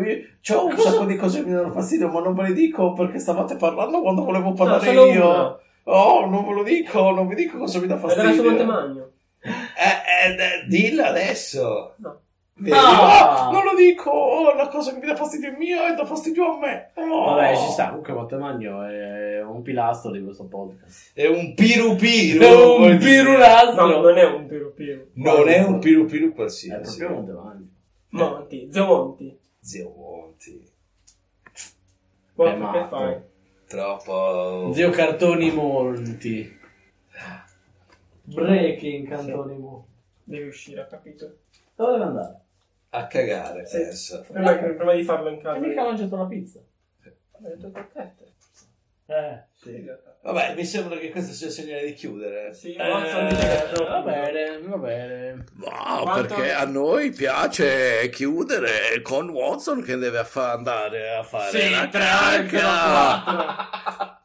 S4: C'ho un
S3: Cosa?
S4: sacco di cose che mi danno fastidio, ma non ve le dico perché stavate parlando quando volevo parlare
S2: solo
S4: io.
S2: una.
S4: Oh, non ve lo dico, non vi dico cosa mi dà
S2: Vedrà
S4: fastidio.
S2: su Montemagno.
S4: Eh, eh, eh, dillo adesso.
S2: No.
S4: Vedi?
S3: Ah!
S4: Oh, non lo dico, oh, la cosa che mi dà fastidio è mia e dà fastidio a me. Oh.
S3: Vabbè, ci sta. Comunque, Montemagno è un pilastro di questo podcast.
S4: È un piru piru.
S3: È
S4: vuol
S3: un
S4: dire.
S3: pirulastro.
S2: No, non è un piru piru.
S4: Non è un piru piru
S3: È
S4: qualsiasi.
S3: proprio Montemagno.
S2: Monti, zio Monti.
S4: Zio Monti. Eh,
S2: Monti,
S3: matto.
S2: che fai?
S4: Troppo.
S3: Zio Cartoni Monti. Breaking Cantoni Monti.
S2: Devi uscire, ha capito?
S3: Dove deve andare?
S4: A cagare,
S2: Sì. Eh,
S4: penso.
S2: Prima, prima di farlo in
S3: Che
S2: casa.
S3: mica ha mangiato la pizza.
S2: Ha detto coccette.
S3: Eh,
S2: Sì,
S4: Vabbè, mi sembra che questo sia il segnale di chiudere.
S2: sì Watson dice che è
S3: Eh,
S2: troppo.
S3: va bene, va bene.
S5: No,
S2: Quanto-
S5: perché a noi piace chiudere con Watson che deve affa- andare a fare la cacca.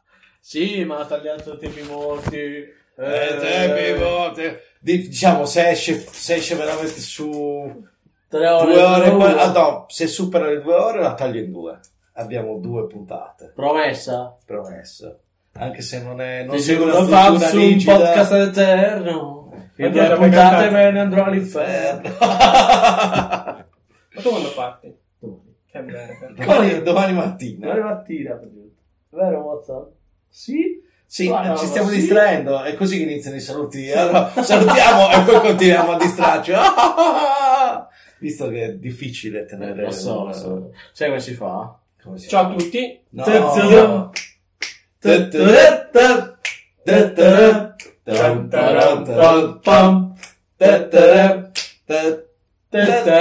S3: Sì, ma ha tagliato tempi morti. Eh,
S4: Eh, te, vivo, te- di- Diciamo, se esce, se esce veramente su
S3: Tre ore.
S4: due ore,
S3: due
S4: qua-
S3: ore.
S4: ah, no, se supera le due ore la taglio in due. Abbiamo due puntate,
S3: Promessa.
S4: promesso. Anche se non è non
S3: Ti
S4: segue
S3: seguo
S4: una
S3: da Fab
S4: struttura
S3: su un
S4: rigida.
S3: podcast eterno.
S2: Eh,
S3: E due
S2: guarda,
S3: puntate
S2: perché-
S3: me ne andrò all'inferno.
S2: Ma tu quando parti?
S3: Domani.
S2: Che merda.
S4: domani, domani mattina.
S3: mattina, praticamente. Vero, Watson? Sì.
S4: Sì,
S3: Guarda,
S4: ci stiamo
S3: sì.
S4: distraendo, è così che iniziano i saluti. Allora, salutiamo e poi continuiamo a distrarci. Visto che è difficile tenere
S3: Lo so, lo so. Sai come si fa?
S4: Come si
S2: Ciao a tutti.
S4: No.
S3: Attenzione.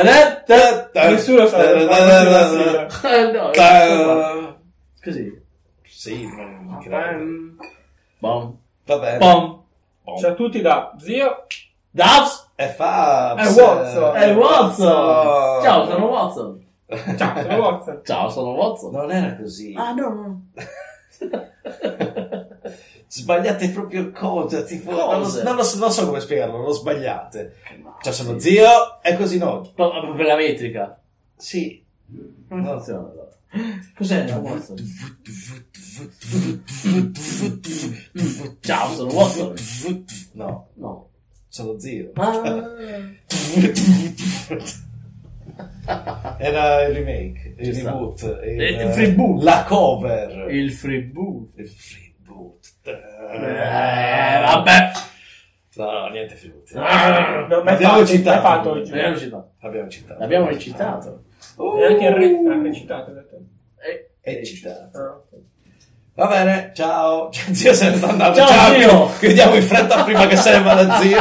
S2: Nessuno sa la
S3: Eh, no, insomma. Così.
S4: Sì, non credo.
S3: Bam. Bam.
S4: Va bene.
S3: Bam.
S2: Ciao a tutti da zio.
S3: Davs
S4: E fa.
S2: È Watson.
S4: Eh,
S3: e
S4: oh.
S3: Watson. Ciao, sono Watson.
S2: Ciao, sono Watson.
S3: Ciao, sono Watson.
S4: Non era così.
S3: no, Ah, no.
S4: Sbagliate proprio cosa, tipo, non, lo,
S3: Cosa?
S4: non lo- non so come spiegarlo, lo sbagliate. Cioè, sono zio, è così no.
S3: Pa- Proprio la metrica.
S4: Sì.
S3: Non
S4: No.
S3: funziona allora. Cos'è la Watson? Ciao, sono Watson.
S4: No,
S3: No.
S4: sono zio.
S3: Ah.
S4: Era il remake, il
S3: Ci sta.
S4: reboot, il,
S3: Il- il freeboot.
S4: la cover.
S3: Il freeboot.
S4: Il freeboot.
S3: Eh, vabbè.
S4: No, no, niente freeboot.
S3: Ah.
S2: Non mi hai
S4: L'abbiamo
S2: fatto,
S4: citato.
S2: l'hai fatto oggi.
S3: L'abbiamo citato.
S4: L'abbiamo citato.
S3: L'abbiamo recitato.
S2: E anche il re ha recitato da te.
S3: Eh,
S4: È citato.
S2: Ah, ok.
S4: Va bene, ciao. Cioè, Zio se ne sta andando.
S3: Ciao, zio.
S4: Chiudiamo in fretta prima che se ne vada zio.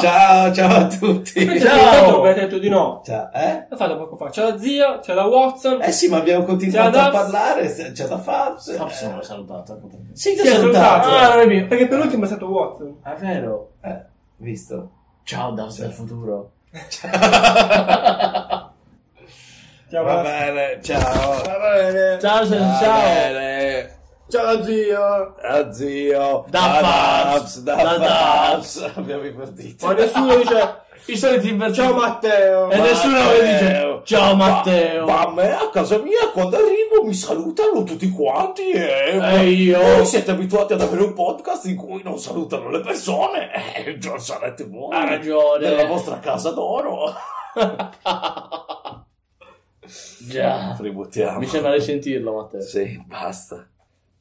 S4: Ciao, ciao a tutti.
S2: Invece sono contento perché hai detto di no.
S4: Ciao, eh?
S2: L'ho fatto poco fa. C'è la zio, c'è la Watson.
S4: Eh sì, ma abbiamo continuato
S2: Ciao,
S4: a
S2: Dubs.
S4: parlare. se- C'è da Fabs.
S3: Davs non l'ho
S4: Eh,
S3: salutato.
S4: Sì, ti ho
S2: Sì, ho
S4: salutato.
S2: salutato.
S3: Ah, non è mio.
S2: Perché per l'ultimo è stato Watson.
S3: Ah, È vero.
S4: Eh, visto.
S3: Ciao, Davs del futuro.
S2: Ciao,
S4: Va
S2: Watson.
S4: bene, ciao.
S3: Ciao, ciao. ciao.
S5: Bene.
S4: Ciao zio.
S5: Ah, zio. Ah,
S3: Da Fabs.
S4: Da
S3: Da
S4: Fabs. Abbiamo invertito.
S2: Ma nessuno dice
S3: I soliti invertiti.
S2: ciao Matteo.
S4: Eh,
S3: E nessuno mi dice ciao Matteo.
S5: Ma a me a casa mia quando arrivo mi salutano tutti quanti eh. e...
S3: E io.
S5: Voi siete abituati ad avere un podcast in cui non salutano le persone. Eh, già sarete voi.
S3: Ha Ah, ragione.
S5: Nella vostra casa d'oro.
S3: Già.
S5: Tributiamo.
S3: Mi sembra di sentirlo, Matteo.
S5: Sì, basta.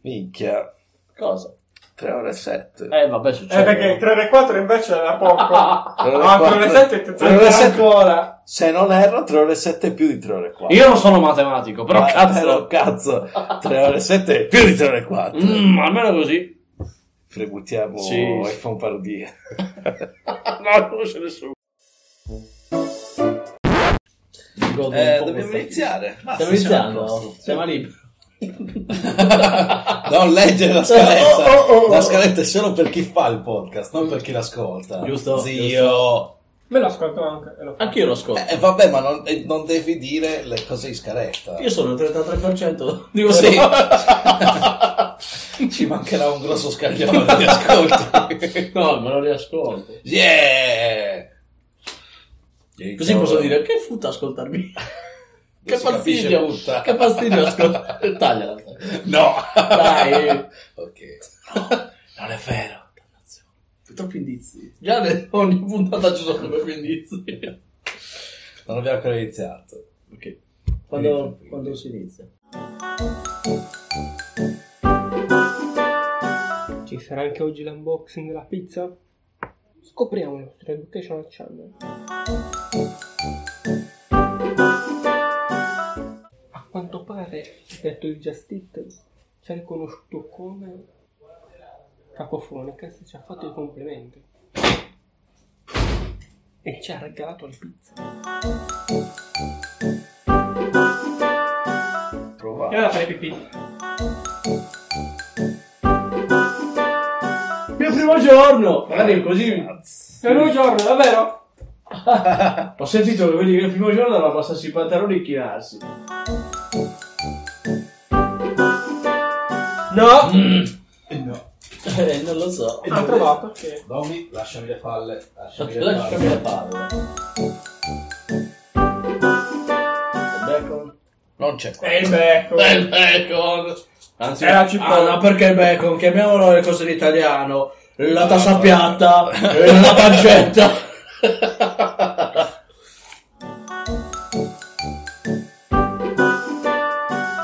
S5: Minchia.
S3: Cosa?
S4: 3 ore e 7.
S3: Eh, vabbè,
S4: cioè,
S3: succede.
S2: Eh, perché 3 ore e 4 invece era poco. Ah,
S4: Tre ore e
S2: No, 3 ore e
S4: quattro.
S2: 7 è
S4: Tre ore e sette-
S2: ancora.
S4: Se non erro, 3 ore e 7 è più di 3 ore e 4.
S3: Io non sono matematico, però cazzo.
S4: Però cazzo, 3 ore e 7 è più di 3 ore e 4.
S3: Mm, almeno così.
S4: Prebuttiamo
S3: Sì.
S4: iPhone Pardia.
S3: no, non conosce nessuno.
S4: Eh, dobbiamo iniziare. Basta,
S3: Stiamo iniziando.
S4: siamo a posto.
S3: Siamo liberi.
S4: Non leggere la scaletta.
S2: Oh, oh, oh.
S4: La scaletta è solo per chi fa il podcast, non per chi l'ascolta.
S3: Giusto,
S4: Zio.
S2: Me lo ascolto anche. e lo faccio.
S3: Anche io lo ascolto.
S4: Eh, vabbè, ma non, eh, non devi dire le cose in scaletta.
S3: Io sono il 33% di
S4: Così.
S3: così.
S4: Ci mancherà un grosso scaglione di ascolti.
S3: no, me lo riascolto.
S4: Yeah!
S3: Così posso dire che futta ascoltarmi. Che
S4: si capisce
S3: fastidio,
S4: futta.
S3: che fastidio ascoltare. Tagliala.
S4: No!
S3: Dai.
S4: ok. Non è vero.
S3: Troppi indizi. Già ne- ogni puntata ci sono troppi indizi.
S4: Non abbiamo ancora iniziato.
S3: Ok.
S4: Quando-
S3: Quando,
S4: quando
S3: si inizia?
S2: Ci sarà anche oggi l'unboxing della pizza? Scopriamolo su Education Channel. A quanto pare il detto di Just Eat ci ha riconosciuto come Cacofonicas ci ha fatto i complimenti e ci ha regalato la pizza. E allora fai pipì.
S3: Mio primo giorno!
S4: Ah.
S3: Guardi, così.
S2: Primo giorno, davvero?
S3: Ho sentito che quelli che il primo giorno dovevano passarsi i pantaloni e chinarsi.
S2: No!
S3: No. Eh, non lo so.
S2: Ha trovato che
S4: Domi, lasciami le palle. Lasciami
S3: Lasciami la palla. Bacon.
S4: Non c'è qua.
S2: è il becco.
S3: Bel bacon. Anzi,
S2: Era cipolla.
S3: ah, no, perché il bacon? Chiamiamolo le cose in italiano. La tassa piatta, eh, la pancetta.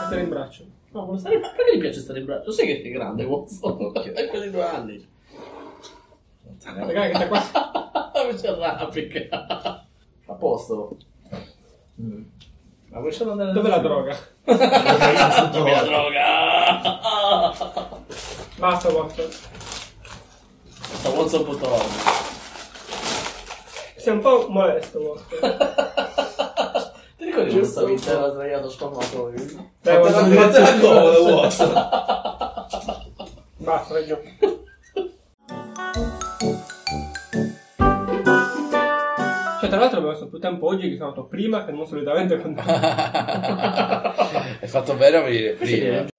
S2: Mettelo in braccio.
S3: No, ma stare- ma perché gli piace stare in braccio? Sai che sei grande, uomo. Hai quasi due anni.
S2: Magari che sta qua.
S3: Mi si arrabbica. A posto. Ma vuoi solo andare
S2: Dove è la droga?
S3: Dove la droga?
S2: Basta, Watson.
S3: Sta Watson puttana.
S2: Sei un po' molesto, Watson.
S3: Ti ricordi quando stavi in terra sdraiato spalmatoio?
S2: Dai, Watson,
S4: Fate la comoda, Watson.
S2: Basta, vai giù. Cioè, tra l'altro abbiamo messo più tempo oggi che sono andato prima che non solitamente quando...
S4: Hai fatto bene a venire prima.